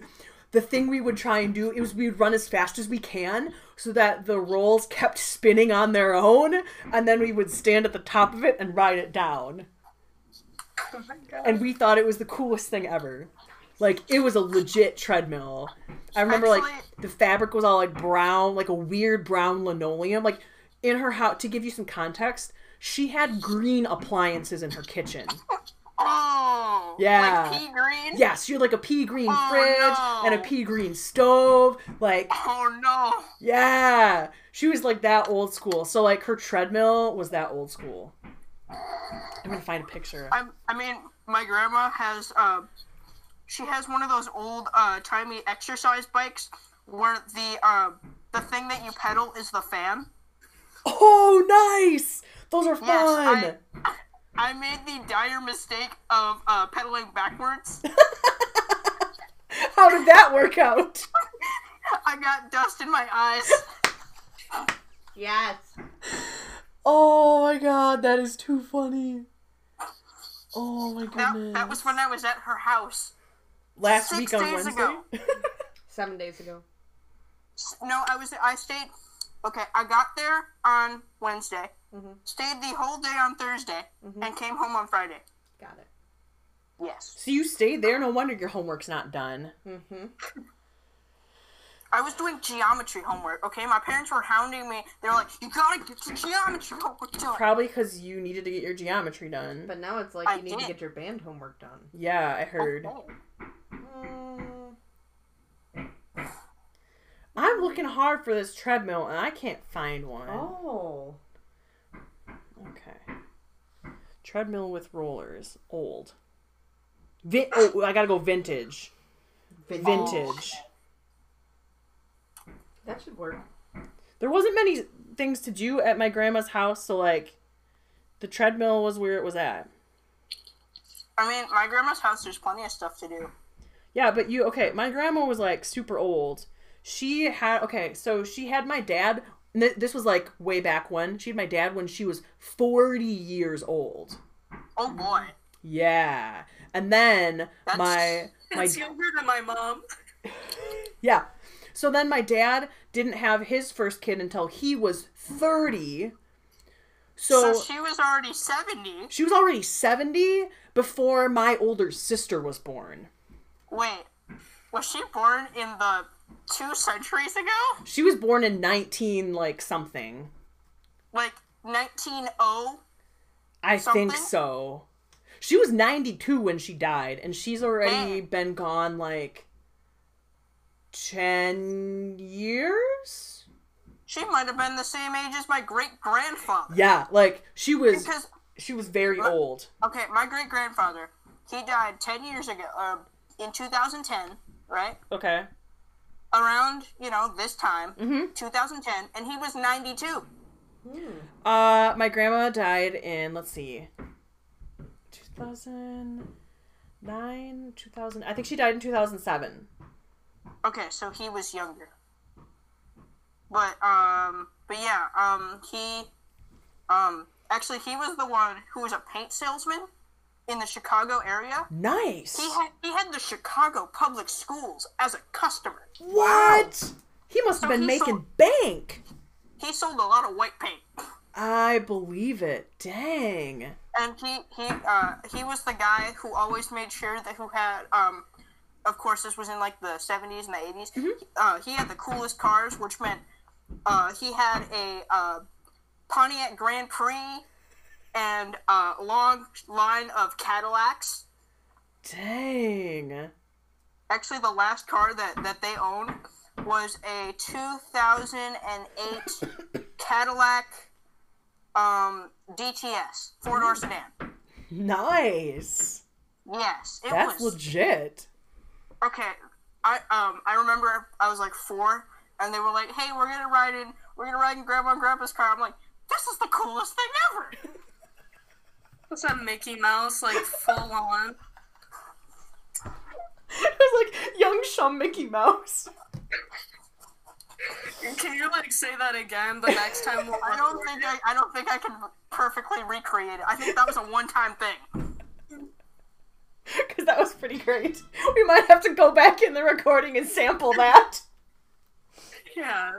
Speaker 4: the thing we would try and do is we'd run as fast as we can so that the rolls kept spinning on their own and then we would stand at the top of it and ride it down and we thought it was the coolest thing ever like it was a legit treadmill i remember like
Speaker 3: Actually-
Speaker 4: the fabric was all like brown like a weird brown linoleum like in her house to give you some context she had green appliances in her kitchen
Speaker 3: Oh.
Speaker 4: Yeah.
Speaker 3: Like pea green.
Speaker 4: yes she had like a pea green
Speaker 3: Oh, no.
Speaker 4: fridge and a pea green stove like
Speaker 3: Oh no.
Speaker 4: Yeah. She was like that old school. So like her treadmill was that old school. I'm gonna find a picture.
Speaker 3: I I mean, my grandma has uh, she has one of those old uh timey exercise bikes where the uh the thing that you pedal is the fan.
Speaker 4: Oh nice! Those are
Speaker 3: Yes,
Speaker 4: fun.
Speaker 3: I, I made the dire mistake of uh, pedaling backwards.
Speaker 4: How did that work out?
Speaker 3: I got dust in my eyes.
Speaker 2: Yes.
Speaker 4: Oh my god, that is too funny. Oh my
Speaker 3: That,
Speaker 4: goodness.
Speaker 3: that was when I was at her house.
Speaker 4: last
Speaker 3: six
Speaker 4: week on
Speaker 3: days
Speaker 4: Wednesday.
Speaker 3: ago.
Speaker 2: Seven days ago.
Speaker 3: S- No, I was. I stayed. Okay, I got there on Wednesday, stayed the whole day on Thursday, and came home on Friday.
Speaker 2: Got it.
Speaker 3: Yes,
Speaker 4: So you stayed there, no wonder your homework's not done.
Speaker 2: Mm-hmm.
Speaker 3: I was doing geometry homework. Okay, my parents were hounding me. They were like, "You gotta get your geometry homework done."
Speaker 4: Probably because you needed to get your geometry done.
Speaker 2: But now it's like
Speaker 3: I
Speaker 2: you need to
Speaker 3: did.
Speaker 2: get your band homework done.
Speaker 4: yeah,
Speaker 3: Oh,
Speaker 4: I heard.
Speaker 2: Mm,
Speaker 4: I'm looking hard for this treadmill and I can't find one.
Speaker 2: oh.
Speaker 4: Okay. Treadmill with rollers. Old. Vin- oh, I gotta go vintage.
Speaker 2: Vintage.
Speaker 4: Vintage.
Speaker 2: Oh, That should work.
Speaker 4: There wasn't many things to do at my grandma's house, so like, the treadmill was where it was at.
Speaker 3: I mean, my grandma's house. There's plenty of stuff to do.
Speaker 4: Yeah, but you okay? My grandma was like super old. She had okay, so she had my dad. and thi- This was like way back when she had my dad when she was forty years old.
Speaker 3: Oh boy.
Speaker 4: Yeah, and then
Speaker 3: That's-
Speaker 4: my my
Speaker 5: It's younger than my mom.
Speaker 4: Yeah. So then my dad didn't have his first kid until he was 30. So,
Speaker 3: So, she was already seventy.
Speaker 4: she was already 70 before my older sister was born.
Speaker 3: Wait, was she born in the two centuries ago?
Speaker 4: She was born in 19 like something.
Speaker 3: Like oh? 1900?
Speaker 4: I think
Speaker 3: Something?
Speaker 4: so. She was 92 when she died and she's already been gone like 10 years?
Speaker 3: She might have been the same age as my great grandfather.
Speaker 4: Yeah, like she was
Speaker 3: Because
Speaker 4: She was very old.
Speaker 3: Okay, my great grandfather, he died 10 years ago, uh, in 2010, right?
Speaker 4: Okay.
Speaker 3: Around, you know, this time, 2010, and he was 92.
Speaker 4: Uh, my grandma died in let's see, two thousand nine, two thousand. I think she died in two thousand seven.
Speaker 3: Okay, so he was younger. But um but yeah, um he um actually he was the one who was a paint salesman in the Chicago area.
Speaker 4: Nice.
Speaker 3: He had he had the Chicago public schools as a customer.
Speaker 4: what? He must have been
Speaker 3: he
Speaker 4: making
Speaker 3: sold-
Speaker 4: bank.
Speaker 3: He sold a lot of white paint.
Speaker 4: I believe it. Dang.
Speaker 3: And he he uh he was the guy who always made sure that who had um of course this was in like the 70s and the 80s. Uh he had the coolest cars, which meant uh he had a uh Pontiac Grand Prix and uh, a long line of Cadillacs.
Speaker 4: Dang.
Speaker 3: Actually the last car that that they owned was a 2008 Cadillac um DTS, four-door sedan.
Speaker 4: Nice.
Speaker 3: Yes, it
Speaker 4: That's
Speaker 3: was
Speaker 4: legit.
Speaker 3: okay. I um I remember I was like four, and they were like, "Hey, we're gonna ride in, we're gonna ride in Grandma and Grandpa's car." I'm like, "This is the coolest thing ever!"
Speaker 5: What's that Mickey Mouse like full on?
Speaker 4: it was like young Sean Mickey Mouse.
Speaker 5: Can you like say that again? The next time we'll
Speaker 3: I don't think I, I don't think I can perfectly recreate it. I think that was a one time thing.
Speaker 4: Because that was pretty great. We might have to go back in the recording and sample that.
Speaker 5: yeah.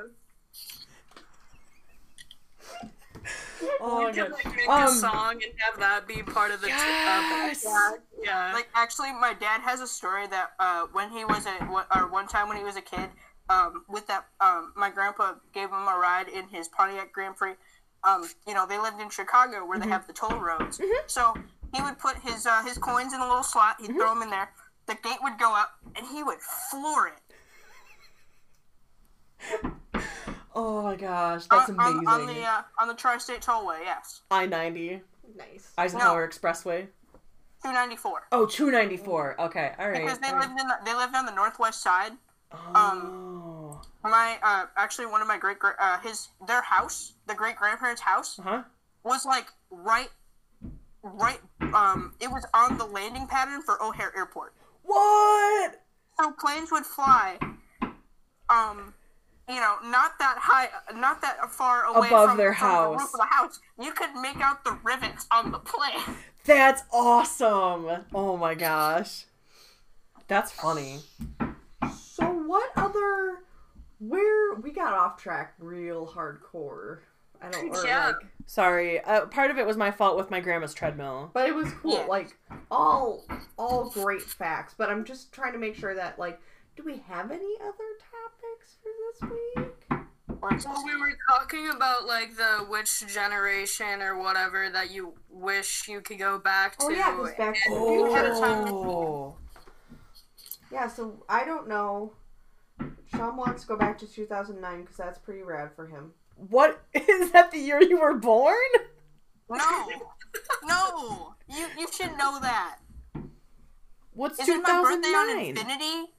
Speaker 4: Oh,
Speaker 2: Oh,
Speaker 5: we could like make
Speaker 4: Um,
Speaker 5: a song and have that be part of the t- uh,
Speaker 4: Yes!
Speaker 5: backtrack. yeah.
Speaker 3: Like actually, my dad has a story that uh when he was a wh- or one time when he was a kid, um with that um my grandpa gave him a ride in his Pontiac Grand Prix. Um, you know, they lived in Chicago where they
Speaker 4: Mm-hmm.
Speaker 3: have the toll roads. So he would put his uh, his coins in a little slot. He'd throw
Speaker 4: Mm-hmm.
Speaker 3: them in there. The gate would go up, and he would floor it
Speaker 4: Oh my gosh, that's
Speaker 3: on,
Speaker 4: amazing.
Speaker 3: on, on the uh, on the tri-state tollway. Yes,
Speaker 4: I 90,
Speaker 2: Nice.
Speaker 4: Eisenhower Expressway.
Speaker 3: two ninety four.
Speaker 4: Oh, 294. Okay, all right. Um,
Speaker 3: Because they um,
Speaker 4: all right.
Speaker 3: lived in the, they lived on the northwest side.
Speaker 4: Oh.
Speaker 3: My uh, actually one of my great gra- uh, his their house, the great grandparents' house,
Speaker 4: Huh?
Speaker 3: was like right, right. Um, it was on the landing pattern for O'Hare Airport.
Speaker 4: What?
Speaker 3: so planes would fly um you know not that high not that far away
Speaker 4: Above
Speaker 3: from,
Speaker 4: their
Speaker 3: from the
Speaker 4: house.
Speaker 3: roof of the house you could make out the rivets on the plane
Speaker 4: That's awesome. Oh my gosh. That's funny.
Speaker 2: So what other where we got off track real hardcore. I don't or
Speaker 5: Yeah.
Speaker 2: like
Speaker 4: Sorry. Uh, part of it was my fault with my grandma's treadmill.
Speaker 2: but it was cool.
Speaker 3: Yeah.
Speaker 2: Like all all great facts, but I'm just trying to make sure that like do we have any other topics for this week?
Speaker 5: Well, Oh, we were talking about like the which generation or whatever that you wish you could go back to.
Speaker 2: Oh yeah, because back to the future.
Speaker 4: Oh.
Speaker 2: Yeah, so I don't know. Sean wants to go back to 2009 because that's pretty rad for him.
Speaker 4: What? Is that the year you were born?
Speaker 3: no no you you should know that
Speaker 4: What's
Speaker 3: isn't my birthday on
Speaker 4: 2009?
Speaker 3: infinity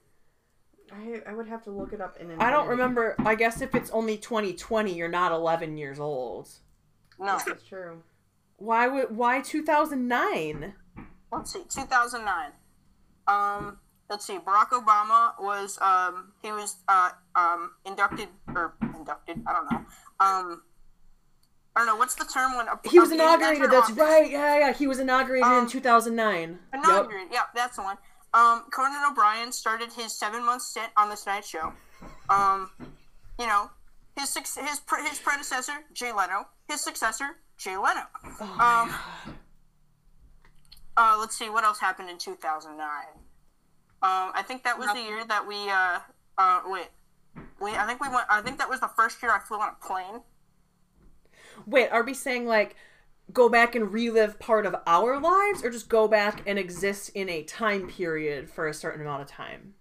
Speaker 2: I, I would have to look it up in.
Speaker 4: I don't
Speaker 2: infinity.
Speaker 4: remember. I guess if it's only 2020, you're not 11 years old.
Speaker 3: no
Speaker 2: That's true.
Speaker 4: Why would why 2009?
Speaker 3: let's see 2009 um let's see barack obama was um he was uh um inducted or inducted i don't know um I don't know what's the term when a,
Speaker 4: He was
Speaker 3: a-
Speaker 4: inaugurated.
Speaker 3: after
Speaker 4: That's
Speaker 3: office.
Speaker 4: right. Yeah, yeah. He was inaugurated in
Speaker 3: Um,
Speaker 4: 2009. Yep.
Speaker 3: Inaugurated. Yep, that's the one. Um, Conan O'Brien started his seven-month stint on the Tonight Show. Um, you know, his suc- his pre- his predecessor Jay Leno, his successor Jay Leno. um, uh, let's see what else happened in 2009. Um, I think that was the year that we uh, uh, wait. We, I think we went. I think that was the first year I flew on a plane.
Speaker 4: Wait, are we saying like go back and relive part of our lives or just go back and exist in a time period for a certain amount of time?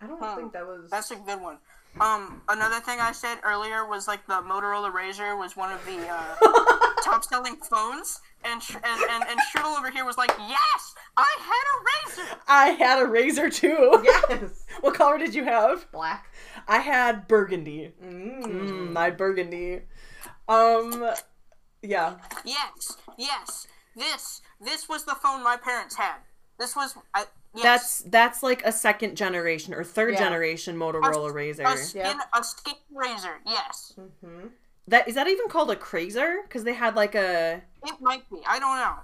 Speaker 2: I don't think that was.
Speaker 3: That's a good one. Um, another thing I said earlier was like the Motorola Razor was one of the uh, top-selling phones, and Sh- and and, and Shrivel over here was like, "Yes, I had a razor."
Speaker 4: I had a razor too.
Speaker 2: Yes.
Speaker 4: What color did you have?
Speaker 2: Black.
Speaker 4: I had burgundy.
Speaker 2: Mm.
Speaker 4: Mm, my burgundy. Um, yeah.
Speaker 3: Yes, yes, this this was the phone my parents had. This was I. Yes.
Speaker 4: That's that's like a second generation or third
Speaker 2: Yeah.
Speaker 4: generation Motorola razor.
Speaker 3: a skin,
Speaker 2: Yeah.
Speaker 3: a skin razor. Yes,
Speaker 2: Mm-hmm.
Speaker 4: That is that even called a crazer? Because they had like a.
Speaker 3: it might be. I don't know.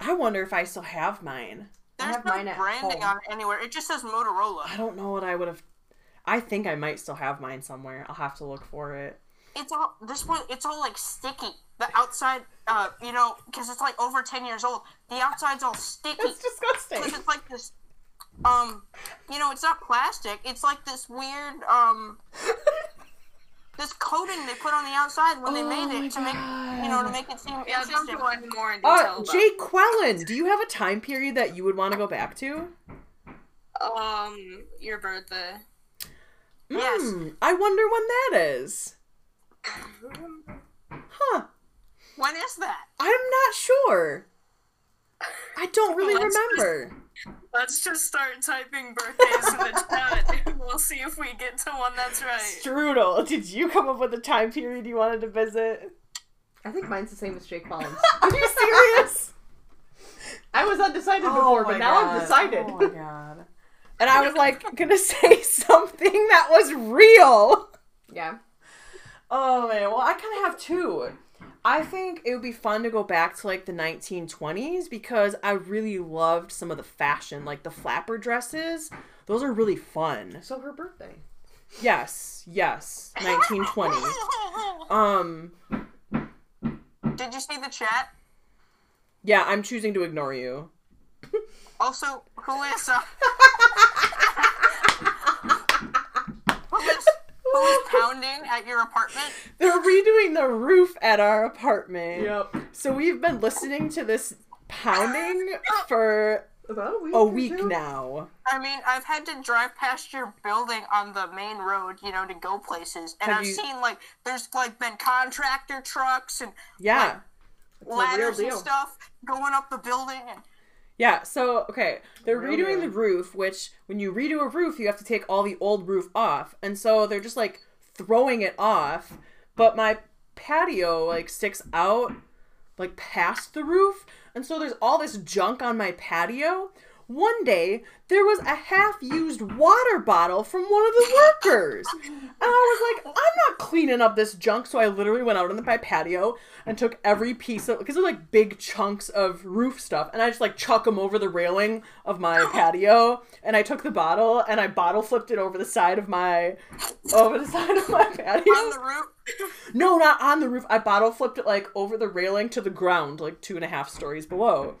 Speaker 4: I wonder if I still have mine.
Speaker 2: I
Speaker 3: There's
Speaker 2: have
Speaker 3: no
Speaker 2: mine at
Speaker 3: branding
Speaker 2: home.
Speaker 3: on it anywhere. It just says
Speaker 4: I
Speaker 3: Motorola.
Speaker 4: don't know what I would have. I think I might still have mine somewhere. I'll have to look for it.
Speaker 3: It's all this one. It's all like sticky. The outside, uh, you know, because it's like over ten years old. The outside's all sticky.
Speaker 4: That's disgusting.
Speaker 3: 'Cause it's like this. Um, you know, it's not plastic. It's like this weird um. This coating they put on the outside when they
Speaker 4: Oh
Speaker 3: made it to make you know to make it seem
Speaker 5: Yeah, I'll
Speaker 3: interesting.
Speaker 5: go into more in
Speaker 2: Oh,
Speaker 5: detail.
Speaker 4: Uh,
Speaker 5: about
Speaker 4: Jay Quellen, do you have a time period that you would want to go back to?
Speaker 5: Um, your birthday.
Speaker 3: Yes.
Speaker 4: Hmm, I wonder when that is. Huh.
Speaker 3: When is that?
Speaker 4: I'm not sure. I don't really
Speaker 5: Let's just-
Speaker 4: remember.
Speaker 5: Let's just start typing birthdays in the chat. We'll see if we get to one that's right.
Speaker 4: Strudel, did you come up with a time period you wanted to visit?
Speaker 2: I think mine's the same as Jake Collins.
Speaker 4: Are you serious?
Speaker 2: I was undecided before, but now I'm decided.
Speaker 4: Oh my god. And I was like gonna say something that was real.
Speaker 2: yeah.
Speaker 4: Oh man, well I kind of have two. I think it would be fun to go back to like the 1920s because I really loved some of the fashion, like the flapper dresses. Those are really fun.
Speaker 2: So her birthday.
Speaker 4: Yes, yes, 1920. Um,
Speaker 3: Did you see the chat?
Speaker 4: yeah, I'm choosing to ignore you.
Speaker 3: Also, who is uh, who is who is pounding at your apartment?
Speaker 4: They're redoing the roof at our apartment.
Speaker 2: Yep.
Speaker 4: So we've been listening to this pounding for
Speaker 2: About a week.
Speaker 4: a
Speaker 2: or
Speaker 4: week
Speaker 2: two?
Speaker 4: now.
Speaker 3: I mean, I've had to drive past your building on the main road, you know, to go places, and
Speaker 4: Have
Speaker 3: I've
Speaker 4: you-
Speaker 3: seen like there's like been contractor trucks and
Speaker 4: Yeah.
Speaker 2: real
Speaker 3: ladders and
Speaker 2: deal.
Speaker 3: stuff going up the building. And
Speaker 4: Yeah, so okay, they're
Speaker 2: Real
Speaker 4: redoing
Speaker 2: good.
Speaker 4: the roof, which when you redo a roof, you have to take all the old roof off. And so they're just like throwing it off, but my patio like sticks out like past the roof, and so there's all this junk on my patio. One day, there was a half-used water bottle from one of the workers. And I was like, I'm not cleaning up this junk, so I literally went out on my patio and took every piece of because they're like big chunks of roof stuff, and I just like chuck them over the railing of my patio. And I took the bottle and I bottle flipped it over the side of my over the side of my patio.
Speaker 3: on the roof,
Speaker 4: No, not on the roof. I bottle flipped it like over the railing to the ground, like two and a half stories below.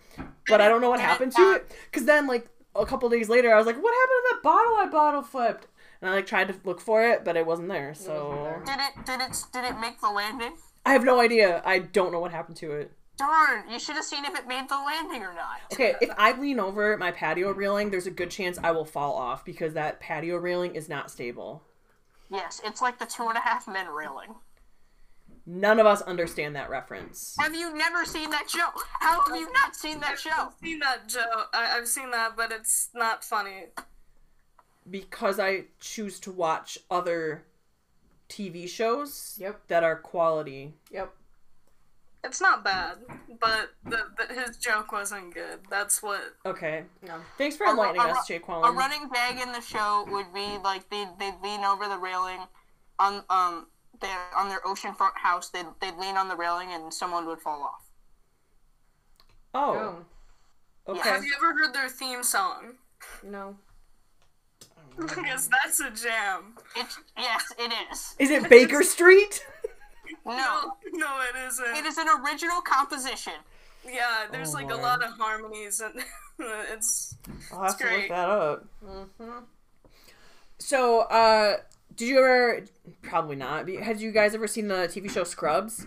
Speaker 4: But I don't know what happened to it. Cause then like a couple days later I was like, What happened to that bottle I bottle flipped? And I like tried to look for it, but it wasn't there. So
Speaker 2: wasn't
Speaker 3: did it did it did it make the landing?
Speaker 4: I have no idea. I don't know what happened to it.
Speaker 3: Darn, you should have seen if it made the landing or not.
Speaker 4: Okay, if I lean over my patio railing, there's a good chance I will fall off because that patio railing is not stable.
Speaker 3: Yes, it's like the two and a half men railing.
Speaker 4: None of us understand that reference.
Speaker 3: Have you never seen that show? How have you not seen that show?
Speaker 5: I've seen that Joe. I- I've seen that, but it's not funny.
Speaker 4: because I choose to watch other TV shows
Speaker 2: Yep.
Speaker 4: that are quality.
Speaker 2: Yep.
Speaker 5: It's not bad, but the, the, his joke wasn't good. That's what.
Speaker 4: Okay.
Speaker 2: No.
Speaker 4: Thanks for
Speaker 3: A ru-
Speaker 4: enlightening
Speaker 3: a ru-
Speaker 4: us, Jay
Speaker 3: A
Speaker 4: Quallen.
Speaker 3: running gag in the show would be like they they lean over the railing, on um they on their oceanfront house. They would they'd lean on the railing and someone would fall off.
Speaker 4: oh,
Speaker 2: No.
Speaker 4: okay.
Speaker 5: Have you ever heard their theme song?
Speaker 2: No.
Speaker 5: Because that's a jam.
Speaker 3: It's yes, it is.
Speaker 4: Is it Baker Street?
Speaker 3: No,
Speaker 5: No, it isn't.
Speaker 3: it is an original composition.
Speaker 5: Yeah, there's
Speaker 4: Oh,
Speaker 5: like
Speaker 4: Lord.
Speaker 5: a lot of harmonies, and it's
Speaker 4: I'll have
Speaker 5: It's great.
Speaker 4: that up. So, uh, did you ever? Probably not. but Had you guys ever seen the TV show Scrubs?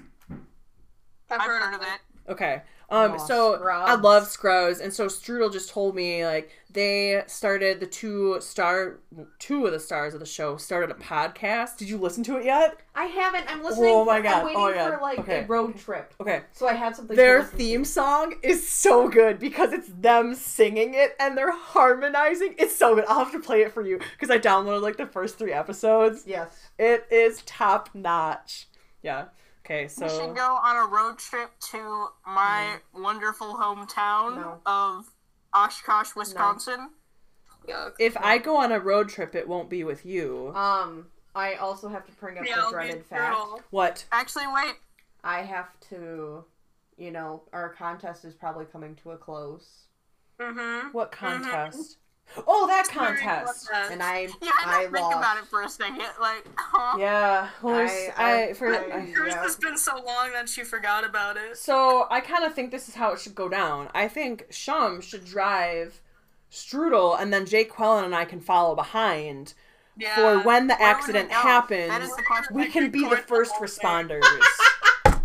Speaker 3: I've heard of it.
Speaker 4: Okay. Um,
Speaker 2: Aw,
Speaker 4: so I
Speaker 2: Scrubs.
Speaker 4: love Scrubs, and so Strudel just told me like they started the two star, two of the stars of the show started a podcast. Did you listen to it yet?
Speaker 2: I haven't. I'm listening.
Speaker 4: Oh my
Speaker 2: I'm
Speaker 4: God.
Speaker 2: waiting
Speaker 4: Oh my God.
Speaker 2: for like
Speaker 4: Okay.
Speaker 2: a road trip.
Speaker 4: Okay,
Speaker 2: So I have something.
Speaker 4: their
Speaker 2: to listen to.
Speaker 4: theme song is so good because it's them singing it and they're harmonizing. It's so good. I'll have to play it for you because I downloaded like the first three episodes.
Speaker 2: Yes.
Speaker 4: It is top notch. Yeah. Okay.
Speaker 3: We should
Speaker 4: So
Speaker 3: go on a road trip to my wonderful hometown
Speaker 2: No.
Speaker 3: of Oshkosh, Wisconsin.
Speaker 5: Yuck.
Speaker 4: if I go on a road trip, it won't be with you.
Speaker 2: Um. I also have to bring up
Speaker 5: Yeah,
Speaker 2: the
Speaker 5: I'll be
Speaker 2: dreaded fact.
Speaker 5: brutal.
Speaker 4: What?
Speaker 3: Actually, wait.
Speaker 2: I have to. You know, our contest is probably coming to a close,
Speaker 5: Mm-hmm.
Speaker 4: What contest? Oh, that contest.
Speaker 2: and I
Speaker 3: Yeah, I
Speaker 2: I
Speaker 3: didn't think
Speaker 2: lost.
Speaker 3: about it for a second. Like, huh?
Speaker 4: Yeah. Well, there's-
Speaker 2: I-
Speaker 4: I,
Speaker 2: I-
Speaker 4: for,
Speaker 2: I-
Speaker 5: Hers
Speaker 2: Yeah.
Speaker 5: has been so long that she forgot about it.
Speaker 4: So I kind of think this is how it should go down. I think Shum should drive Strudel, and then Jake Quellen and I can follow behind
Speaker 5: Yeah.
Speaker 4: for when the
Speaker 3: Where would
Speaker 4: accident
Speaker 3: we go? That
Speaker 4: happens.
Speaker 3: is the question.
Speaker 4: We can be the
Speaker 5: Record the
Speaker 4: first
Speaker 5: whole thing.
Speaker 4: responders.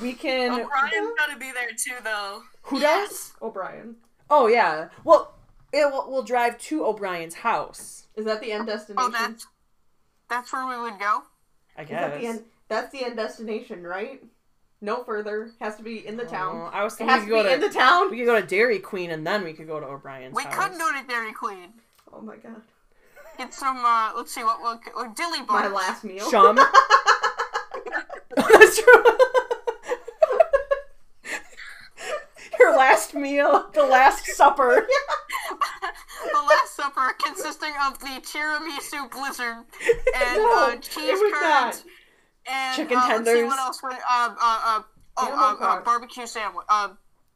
Speaker 4: we can.
Speaker 5: O'Brien's gotta be there too, though. Oh
Speaker 4: Who does?
Speaker 3: Yes.
Speaker 2: O'Brien.
Speaker 4: Oh yeah. Well, it will, we'll drive to O'Brien's house.
Speaker 2: Is that the end destination?
Speaker 3: Oh, that's that's where we would go.
Speaker 4: I
Speaker 2: Is that
Speaker 4: guess.
Speaker 2: the end? That's the end destination, right? No further. Has to be in the
Speaker 4: Oh,
Speaker 2: town.
Speaker 4: I was
Speaker 2: It
Speaker 4: thinking
Speaker 2: has
Speaker 4: we
Speaker 2: to
Speaker 4: could
Speaker 2: be
Speaker 4: go to
Speaker 2: in the town.
Speaker 4: we could go to Dairy Queen and then we could go to O'Brien's.
Speaker 3: We
Speaker 4: house.
Speaker 3: could go to Dairy Queen.
Speaker 2: Oh my god.
Speaker 3: Get some. Uh, let's see what we'll or dilly
Speaker 2: My
Speaker 3: bars.
Speaker 2: last meal.
Speaker 4: Shum. That's true. Your last meal, the last supper.
Speaker 3: the Last Supper, consisting of the tiramisu blizzard and
Speaker 4: No,
Speaker 3: uh, cheese
Speaker 2: it would
Speaker 3: curds and
Speaker 4: Chicken
Speaker 3: uh, Let's see
Speaker 4: tenders.
Speaker 3: what else. Went, uh, uh, uh,
Speaker 2: Animal
Speaker 3: oh, uh, uh,
Speaker 2: croc-
Speaker 3: barbecue sandwich. Uh,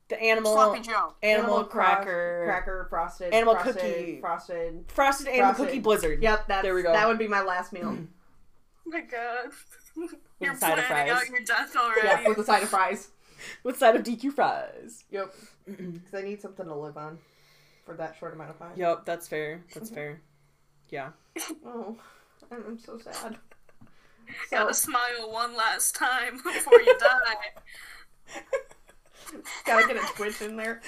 Speaker 4: The animal,
Speaker 3: sloppy
Speaker 4: animal,
Speaker 3: Joe.
Speaker 2: cro-
Speaker 4: cracker,
Speaker 2: cracker frosted,
Speaker 4: Animal
Speaker 2: frosted,
Speaker 4: cookie.
Speaker 2: frosted.
Speaker 4: frosted animal
Speaker 2: Frosted.
Speaker 4: cookie blizzard.
Speaker 2: Yep, that's,
Speaker 4: There we go. Mm.
Speaker 2: That would be my last meal
Speaker 5: Oh my god. You're
Speaker 4: With a side of
Speaker 5: planning
Speaker 4: fries.
Speaker 5: out your death already.
Speaker 2: yeah, with a side of fries.
Speaker 4: With side of DQ fries.
Speaker 2: Yep, because I need something to live on for that short amount of time.
Speaker 4: Yep, that's fair. That's fair. Yeah.
Speaker 2: Oh, I'm, I'm so sad. So,
Speaker 5: Gotta smile one last time before you die.
Speaker 2: gotta get a twitch in there.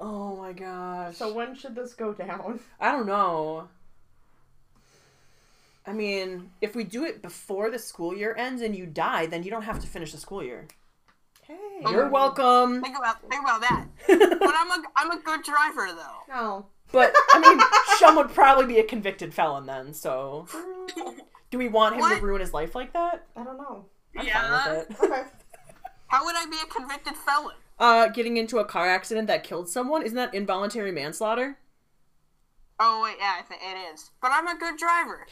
Speaker 4: Oh my gosh.
Speaker 2: So when should this go down?
Speaker 4: I don't know. I mean, if we do it before the school year ends and you die, then you don't have to finish the school year.
Speaker 2: Hey,
Speaker 4: You're welcome.
Speaker 3: Think about think about that. But I'm a I'm a good driver though.
Speaker 2: No.
Speaker 4: But I mean, Shum would probably be a convicted felon then. So, do we want him
Speaker 3: What?
Speaker 4: to ruin his life like that?
Speaker 2: I don't know.
Speaker 4: I'm fine
Speaker 5: yeah.
Speaker 4: with it.
Speaker 2: Okay.
Speaker 3: How would I be a convicted felon?
Speaker 4: Uh, getting into a car accident that killed someone isn't that involuntary manslaughter?
Speaker 3: Oh wait, yeah, I think it is. But I'm a good driver.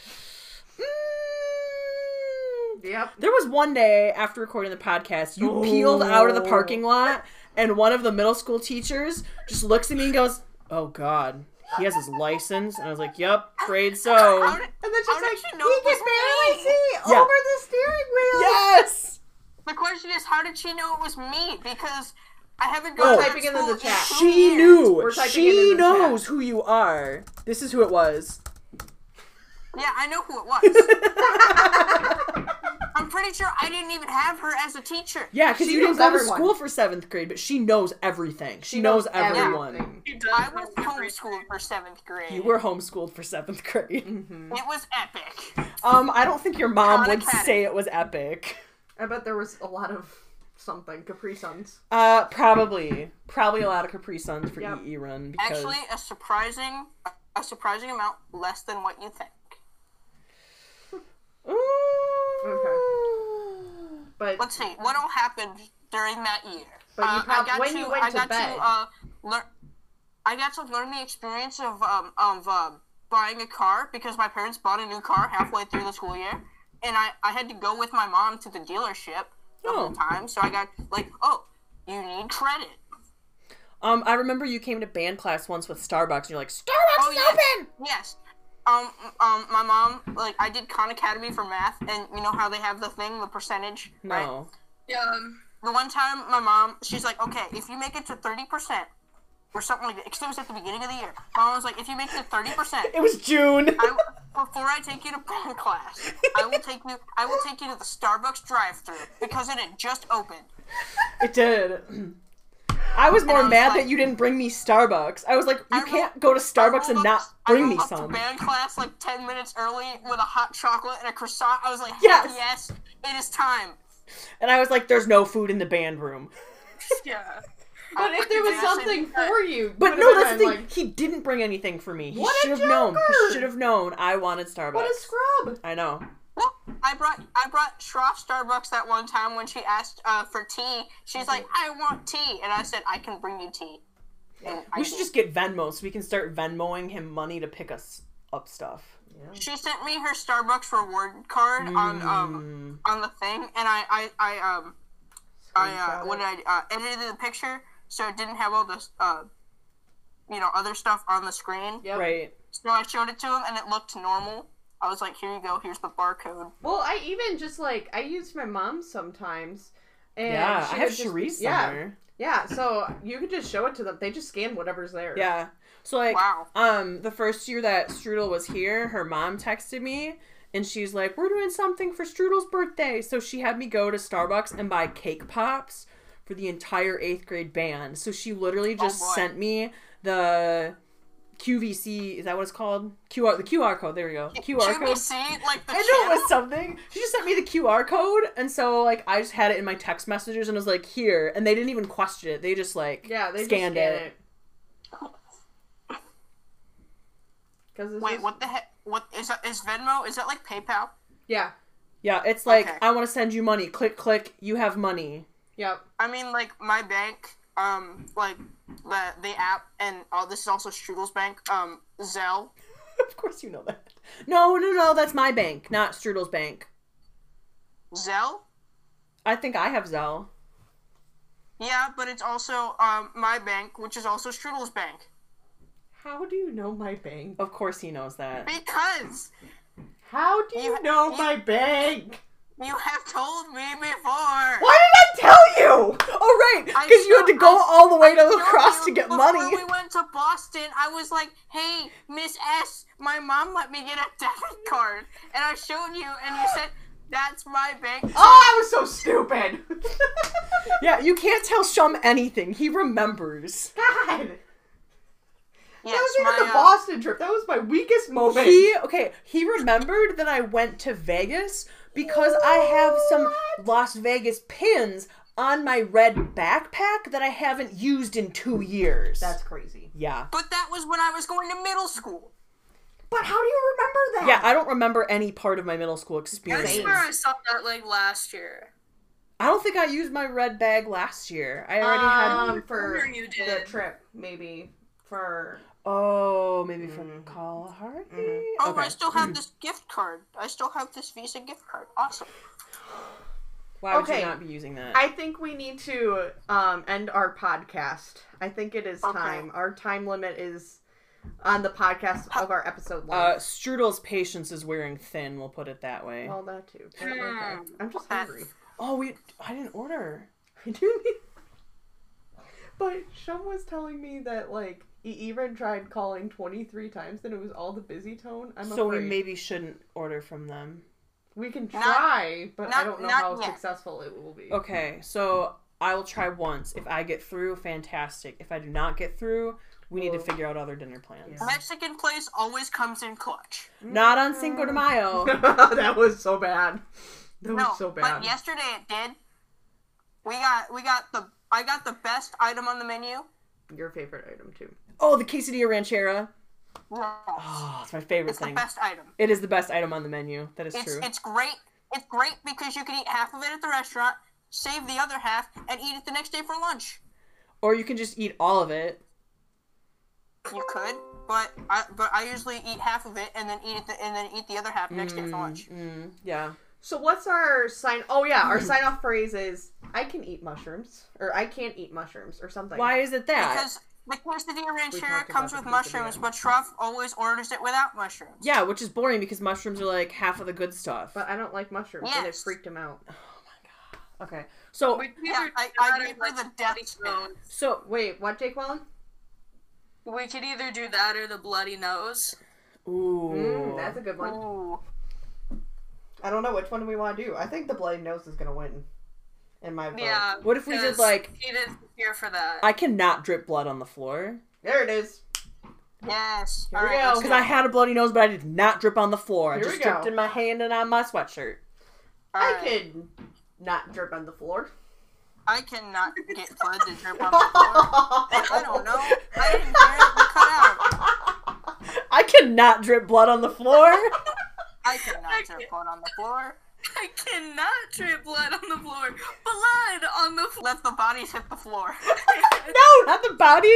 Speaker 4: Mm.
Speaker 2: Yep.
Speaker 4: There was one day after recording the podcast, you peeled out of the parking lot, and one of the middle school teachers just looks at me and goes, "Oh God, he has his license," and I was like, "Yep, afraid so."
Speaker 3: How did,
Speaker 2: And then she's
Speaker 3: How did
Speaker 2: like,
Speaker 3: she know
Speaker 2: he
Speaker 3: it
Speaker 2: can
Speaker 3: was
Speaker 2: barely
Speaker 3: me?"
Speaker 2: see
Speaker 4: Yeah.
Speaker 2: over the steering wheel.
Speaker 4: yes.
Speaker 3: the question is, how did she know it was me? Because I haven't
Speaker 4: Oh.
Speaker 3: gone to
Speaker 2: Typing it in
Speaker 3: school
Speaker 2: the chat.
Speaker 3: two
Speaker 4: She
Speaker 3: years.
Speaker 4: knew.
Speaker 2: We're typing it in
Speaker 4: She
Speaker 2: the
Speaker 4: knows
Speaker 2: chat.
Speaker 4: who you are. This is who it was.
Speaker 3: Yeah, I know who it was. I'm pretty sure I didn't even have her as a teacher.
Speaker 4: yeah, because
Speaker 2: She
Speaker 4: you didn't
Speaker 2: knows
Speaker 4: go
Speaker 2: everyone.
Speaker 4: to school for seventh grade, but she knows everything. She, knows, everyone.
Speaker 2: everything.
Speaker 5: He does
Speaker 3: I was
Speaker 5: know everything.
Speaker 3: homeschooled for seventh grade.
Speaker 4: You were homeschooled for seventh grade.
Speaker 3: It was epic.
Speaker 4: Um, I don't think your mom would
Speaker 3: Iconic.
Speaker 4: say it was epic.
Speaker 2: I bet there was a lot of something. Capri Suns.
Speaker 4: Uh, probably, probably a lot of Capri Suns for
Speaker 2: Yep.
Speaker 4: EE run because
Speaker 3: Actually, a surprising, a surprising amount less than what you think.
Speaker 4: Ooh.
Speaker 2: But
Speaker 3: Let's see what all happened during that year.
Speaker 2: But you
Speaker 3: Uh,
Speaker 2: prob- when you went
Speaker 3: I
Speaker 2: to
Speaker 3: got
Speaker 2: bed.
Speaker 3: to uh, learn. I got to learn the experience of um of um buying a car because my parents bought a new car halfway through the school year, and I I had to go with my mom to the dealership the
Speaker 4: Oh.
Speaker 3: whole time. So I got like, oh, you need credit.
Speaker 4: Um, I remember you came to band class once with Starbucks, and you're like, Starbucks is
Speaker 3: yes.
Speaker 4: open.
Speaker 3: Yes. Um, um, my mom, like, I did Khan Academy for math, and you know how they have the thing, the percentage? Right?
Speaker 4: No.
Speaker 5: Yeah.
Speaker 3: The one time my mom, she's like, okay, if you make it to 30%, or something like that. Because it was at the beginning of the year. My mom was like, if you make the 30%,
Speaker 4: It was June.
Speaker 3: I, before I take you to prom class, I will take you. I will take you to the Starbucks drive-through because it had just opened.
Speaker 4: It did. I was more
Speaker 3: was
Speaker 4: mad
Speaker 3: like-
Speaker 4: that you didn't bring me Starbucks. I was like, you
Speaker 3: I
Speaker 4: can't
Speaker 3: rolled-
Speaker 4: go to Starbucks and
Speaker 3: rolled
Speaker 4: not
Speaker 3: up- I
Speaker 4: bring
Speaker 3: rolled
Speaker 4: me
Speaker 3: up to
Speaker 4: some.
Speaker 3: band class like ten minutes early with a hot chocolate and a croissant. I was like,
Speaker 4: Yes.
Speaker 3: yes, yes, it is time.
Speaker 4: And I was like, there's no food in the band room.
Speaker 5: Yeah.
Speaker 2: But if there was something for you,
Speaker 4: But
Speaker 2: put
Speaker 4: no,
Speaker 2: it
Speaker 4: that's
Speaker 2: on,
Speaker 4: the thing.
Speaker 2: Like,
Speaker 4: he didn't bring anything for me. He
Speaker 2: What a
Speaker 4: should have known. He
Speaker 2: joker!
Speaker 4: should have known I wanted Starbucks.
Speaker 2: what a scrub!
Speaker 4: I know.
Speaker 3: Look, I brought I brought Shroff Starbucks that one time when she asked uh, for tea. She's like, I want tea, and I said, I can bring you tea. And I
Speaker 4: We should
Speaker 3: did.
Speaker 4: just get Venmo so we can start Venmoing him money to pick us up stuff.
Speaker 3: She sent me her Starbucks reward card on
Speaker 4: Mm.
Speaker 3: um on the thing, and I I, I um I uh,
Speaker 2: Screenshot
Speaker 3: when
Speaker 2: it.
Speaker 3: I uh, edited the picture so it didn't have all this uh you know other stuff on the screen.
Speaker 2: Yep.
Speaker 4: Right.
Speaker 3: So I showed it to him, and it looked normal. I was like, here you go, here's the barcode.
Speaker 2: Well, I even just like I used my mom sometimes, and
Speaker 4: Yeah.
Speaker 2: she
Speaker 4: I have
Speaker 2: would just-
Speaker 4: Cherise
Speaker 2: yeah,
Speaker 4: somewhere.
Speaker 2: Yeah, so you could just show it to them. They just scan whatever's there.
Speaker 4: Yeah. So like
Speaker 3: Wow.
Speaker 4: um the first year that Strudel was here, her mom texted me and she's like, "We're doing something for Strudel's birthday." So she had me go to Starbucks and buy cake pops for the entire 8th grade band. So she literally just
Speaker 3: Oh, boy.
Speaker 4: sent me the QVC, is that what it's called? QR the QR code. There we go. QR
Speaker 3: Should we
Speaker 4: code.
Speaker 3: see like the
Speaker 4: I know it
Speaker 3: channel?
Speaker 4: was something. She just sent me the QR code, and so like I just had it in my text messages, and was like, "Here," and they didn't even question it. They just like
Speaker 2: yeah, they
Speaker 4: scanned
Speaker 2: just scan
Speaker 4: it.
Speaker 2: it. Because
Speaker 3: Wait, what the heck? What is that? Is Venmo? Is that like PayPal?
Speaker 2: Yeah,
Speaker 4: Yeah, it's like
Speaker 3: Okay.
Speaker 4: I want to send you money. Click, click. You have money.
Speaker 2: yep.
Speaker 3: I mean, like my bank, um, like the the app, and all this is also Strudel's bank, um, Zelle.
Speaker 4: of course, you know that. No, no, no. That's my bank, not Strudel's bank.
Speaker 3: Zelle.
Speaker 4: I think I have Zelle.
Speaker 3: Yeah, but it's also um my bank, which is also Strudel's bank,
Speaker 2: How do you know my bank?
Speaker 4: Of course, he knows that.
Speaker 3: because
Speaker 2: How do you
Speaker 3: You-
Speaker 2: know
Speaker 3: you-
Speaker 2: my bank?
Speaker 3: you have told me before.
Speaker 2: Why did I tell you?
Speaker 4: Oh right,
Speaker 3: I
Speaker 4: because you had to
Speaker 3: know-
Speaker 4: go
Speaker 3: I-
Speaker 4: all the way
Speaker 3: I
Speaker 4: to
Speaker 3: know
Speaker 4: lacrosse
Speaker 3: you
Speaker 4: to get
Speaker 3: before
Speaker 4: money.
Speaker 3: we went to Boston, I was like, "Hey, Miss S, my mom let me get a debit card," and I showed you, and you said, "That's my bank."
Speaker 2: Oh, I was so stupid.
Speaker 4: Yeah, you can't tell Shum anything. He remembers.
Speaker 2: God.
Speaker 3: yes,
Speaker 2: That was even
Speaker 3: my,
Speaker 2: the
Speaker 3: uh,
Speaker 2: Boston trip. That was my weakest moment.
Speaker 4: He okay, he remembered that I went to Vegas because I have some Las Vegas pins on my red backpack that I haven't used in 2 years.
Speaker 2: That's crazy.
Speaker 4: yeah.
Speaker 3: But that was when I was going to middle school.
Speaker 2: But how do you remember
Speaker 4: Yeah,
Speaker 2: that?
Speaker 4: I don't remember any part of my middle school
Speaker 5: I
Speaker 4: experience.
Speaker 2: Same.
Speaker 5: swear I saw that like last year.
Speaker 4: I don't think I used my red bag last year. I already had
Speaker 2: um, for
Speaker 5: Sure you
Speaker 2: the
Speaker 5: did.
Speaker 2: trip, maybe for
Speaker 4: Oh, maybe from
Speaker 2: mm-hmm.
Speaker 4: Kalahari.
Speaker 3: Oh, I
Speaker 4: Okay. Mm-hmm.
Speaker 3: still have this gift card. I still have this Visa gift card. Awesome.
Speaker 4: Why would
Speaker 2: Okay.
Speaker 4: you not be using that?
Speaker 2: I think we need to um, end our podcast. I think it is
Speaker 3: Okay.
Speaker 2: time. Our time limit is on the podcast of our episode.
Speaker 4: uh,
Speaker 2: length.
Speaker 4: Strudel's patience is wearing thin, we'll put it that way.
Speaker 2: well, that too.
Speaker 3: Hmm.
Speaker 2: but okay. I'm just hungry.
Speaker 4: Oh, we I didn't order.
Speaker 2: I do need. But Shum was telling me that like he even tried calling 23 times, and it was all the busy tone. I'm
Speaker 4: so
Speaker 2: afraid
Speaker 4: we maybe shouldn't order from them.
Speaker 2: we can try, but I
Speaker 3: not-
Speaker 2: don't know
Speaker 3: not
Speaker 2: how
Speaker 3: yet.
Speaker 2: successful it will be.
Speaker 4: Okay, so I will try once. If I get through, fantastic. If I do not get through, we need to
Speaker 2: Well-
Speaker 4: figure out other dinner plans.
Speaker 2: Yeah.
Speaker 3: Mexican place always comes in clutch.
Speaker 4: Not on Cinco de Mayo.
Speaker 2: that was so bad. That
Speaker 3: No,
Speaker 2: was so
Speaker 3: but
Speaker 2: bad.
Speaker 3: yesterday it did. We got we got the I got the best item on the menu.
Speaker 2: Your favorite item too.
Speaker 4: oh, the quesadilla ranchera.
Speaker 3: Yes.
Speaker 4: Oh, it's my favorite
Speaker 3: It's the
Speaker 4: thing.
Speaker 3: best item.
Speaker 4: It is the best item on the menu. That is
Speaker 3: It's
Speaker 4: true.
Speaker 3: it's great. It's great because you can eat half of it at the restaurant, save the other half, and eat it the next day for lunch.
Speaker 4: Or you can just eat all of it.
Speaker 3: You could, but I but I usually eat half of it and then eat it the, and then eat the other half next day for lunch.
Speaker 4: Mm, yeah.
Speaker 2: So what's our sign? Oh yeah, our sign off phrase is "I can eat mushrooms" or "I can't eat mushrooms" or something.
Speaker 4: Why is it that?
Speaker 3: Because the quesadilla ranchera
Speaker 2: talked
Speaker 3: comes
Speaker 2: about
Speaker 3: with
Speaker 2: the
Speaker 3: mushrooms,
Speaker 2: quesadilla.
Speaker 3: but Shroff always orders it without mushrooms.
Speaker 4: yeah, which is boring because mushrooms are like half of the good stuff.
Speaker 2: But I don't like mushrooms, and it
Speaker 3: Yes.
Speaker 2: freaked him out.
Speaker 4: okay. So
Speaker 5: We either
Speaker 3: Yeah, I-
Speaker 5: did
Speaker 3: I
Speaker 5: that or,
Speaker 3: gave her
Speaker 5: like,
Speaker 3: the death
Speaker 5: somebody knows.
Speaker 4: so
Speaker 2: Wait, what, Jake Wallen?
Speaker 5: We could either do that or the bloody nose.
Speaker 4: Ooh.
Speaker 2: Mm, that's a good one.
Speaker 3: Ooh.
Speaker 4: Oh.
Speaker 2: I don't know which one do we want to do. I think the bloody nose is gonna win. In my vote.
Speaker 5: Yeah.
Speaker 4: What if we did,
Speaker 5: 'cause
Speaker 4: like-
Speaker 5: he didn't here for that?
Speaker 4: I cannot drip blood on the floor
Speaker 2: There it is.
Speaker 3: Yes.
Speaker 2: Here
Speaker 3: All
Speaker 2: we
Speaker 3: right.
Speaker 2: go.
Speaker 3: let's
Speaker 4: because I had a bloody nose, but I did not drip on the floor.
Speaker 2: Here
Speaker 4: I
Speaker 2: we
Speaker 4: just
Speaker 2: go.
Speaker 4: dripped in my hand and on my sweatshirt.
Speaker 3: All
Speaker 2: I
Speaker 3: right.
Speaker 2: could not drip on the floor.
Speaker 3: I cannot get blood to drip on the floor. I
Speaker 2: I
Speaker 3: don't know. I didn't hear it. It cut out.
Speaker 4: I cannot drip blood on the floor.
Speaker 3: I cannot drip blood on the floor.
Speaker 5: I cannot drip blood on the floor. Blood on the floor.
Speaker 3: Let the bodies hit the floor.
Speaker 4: no, not the body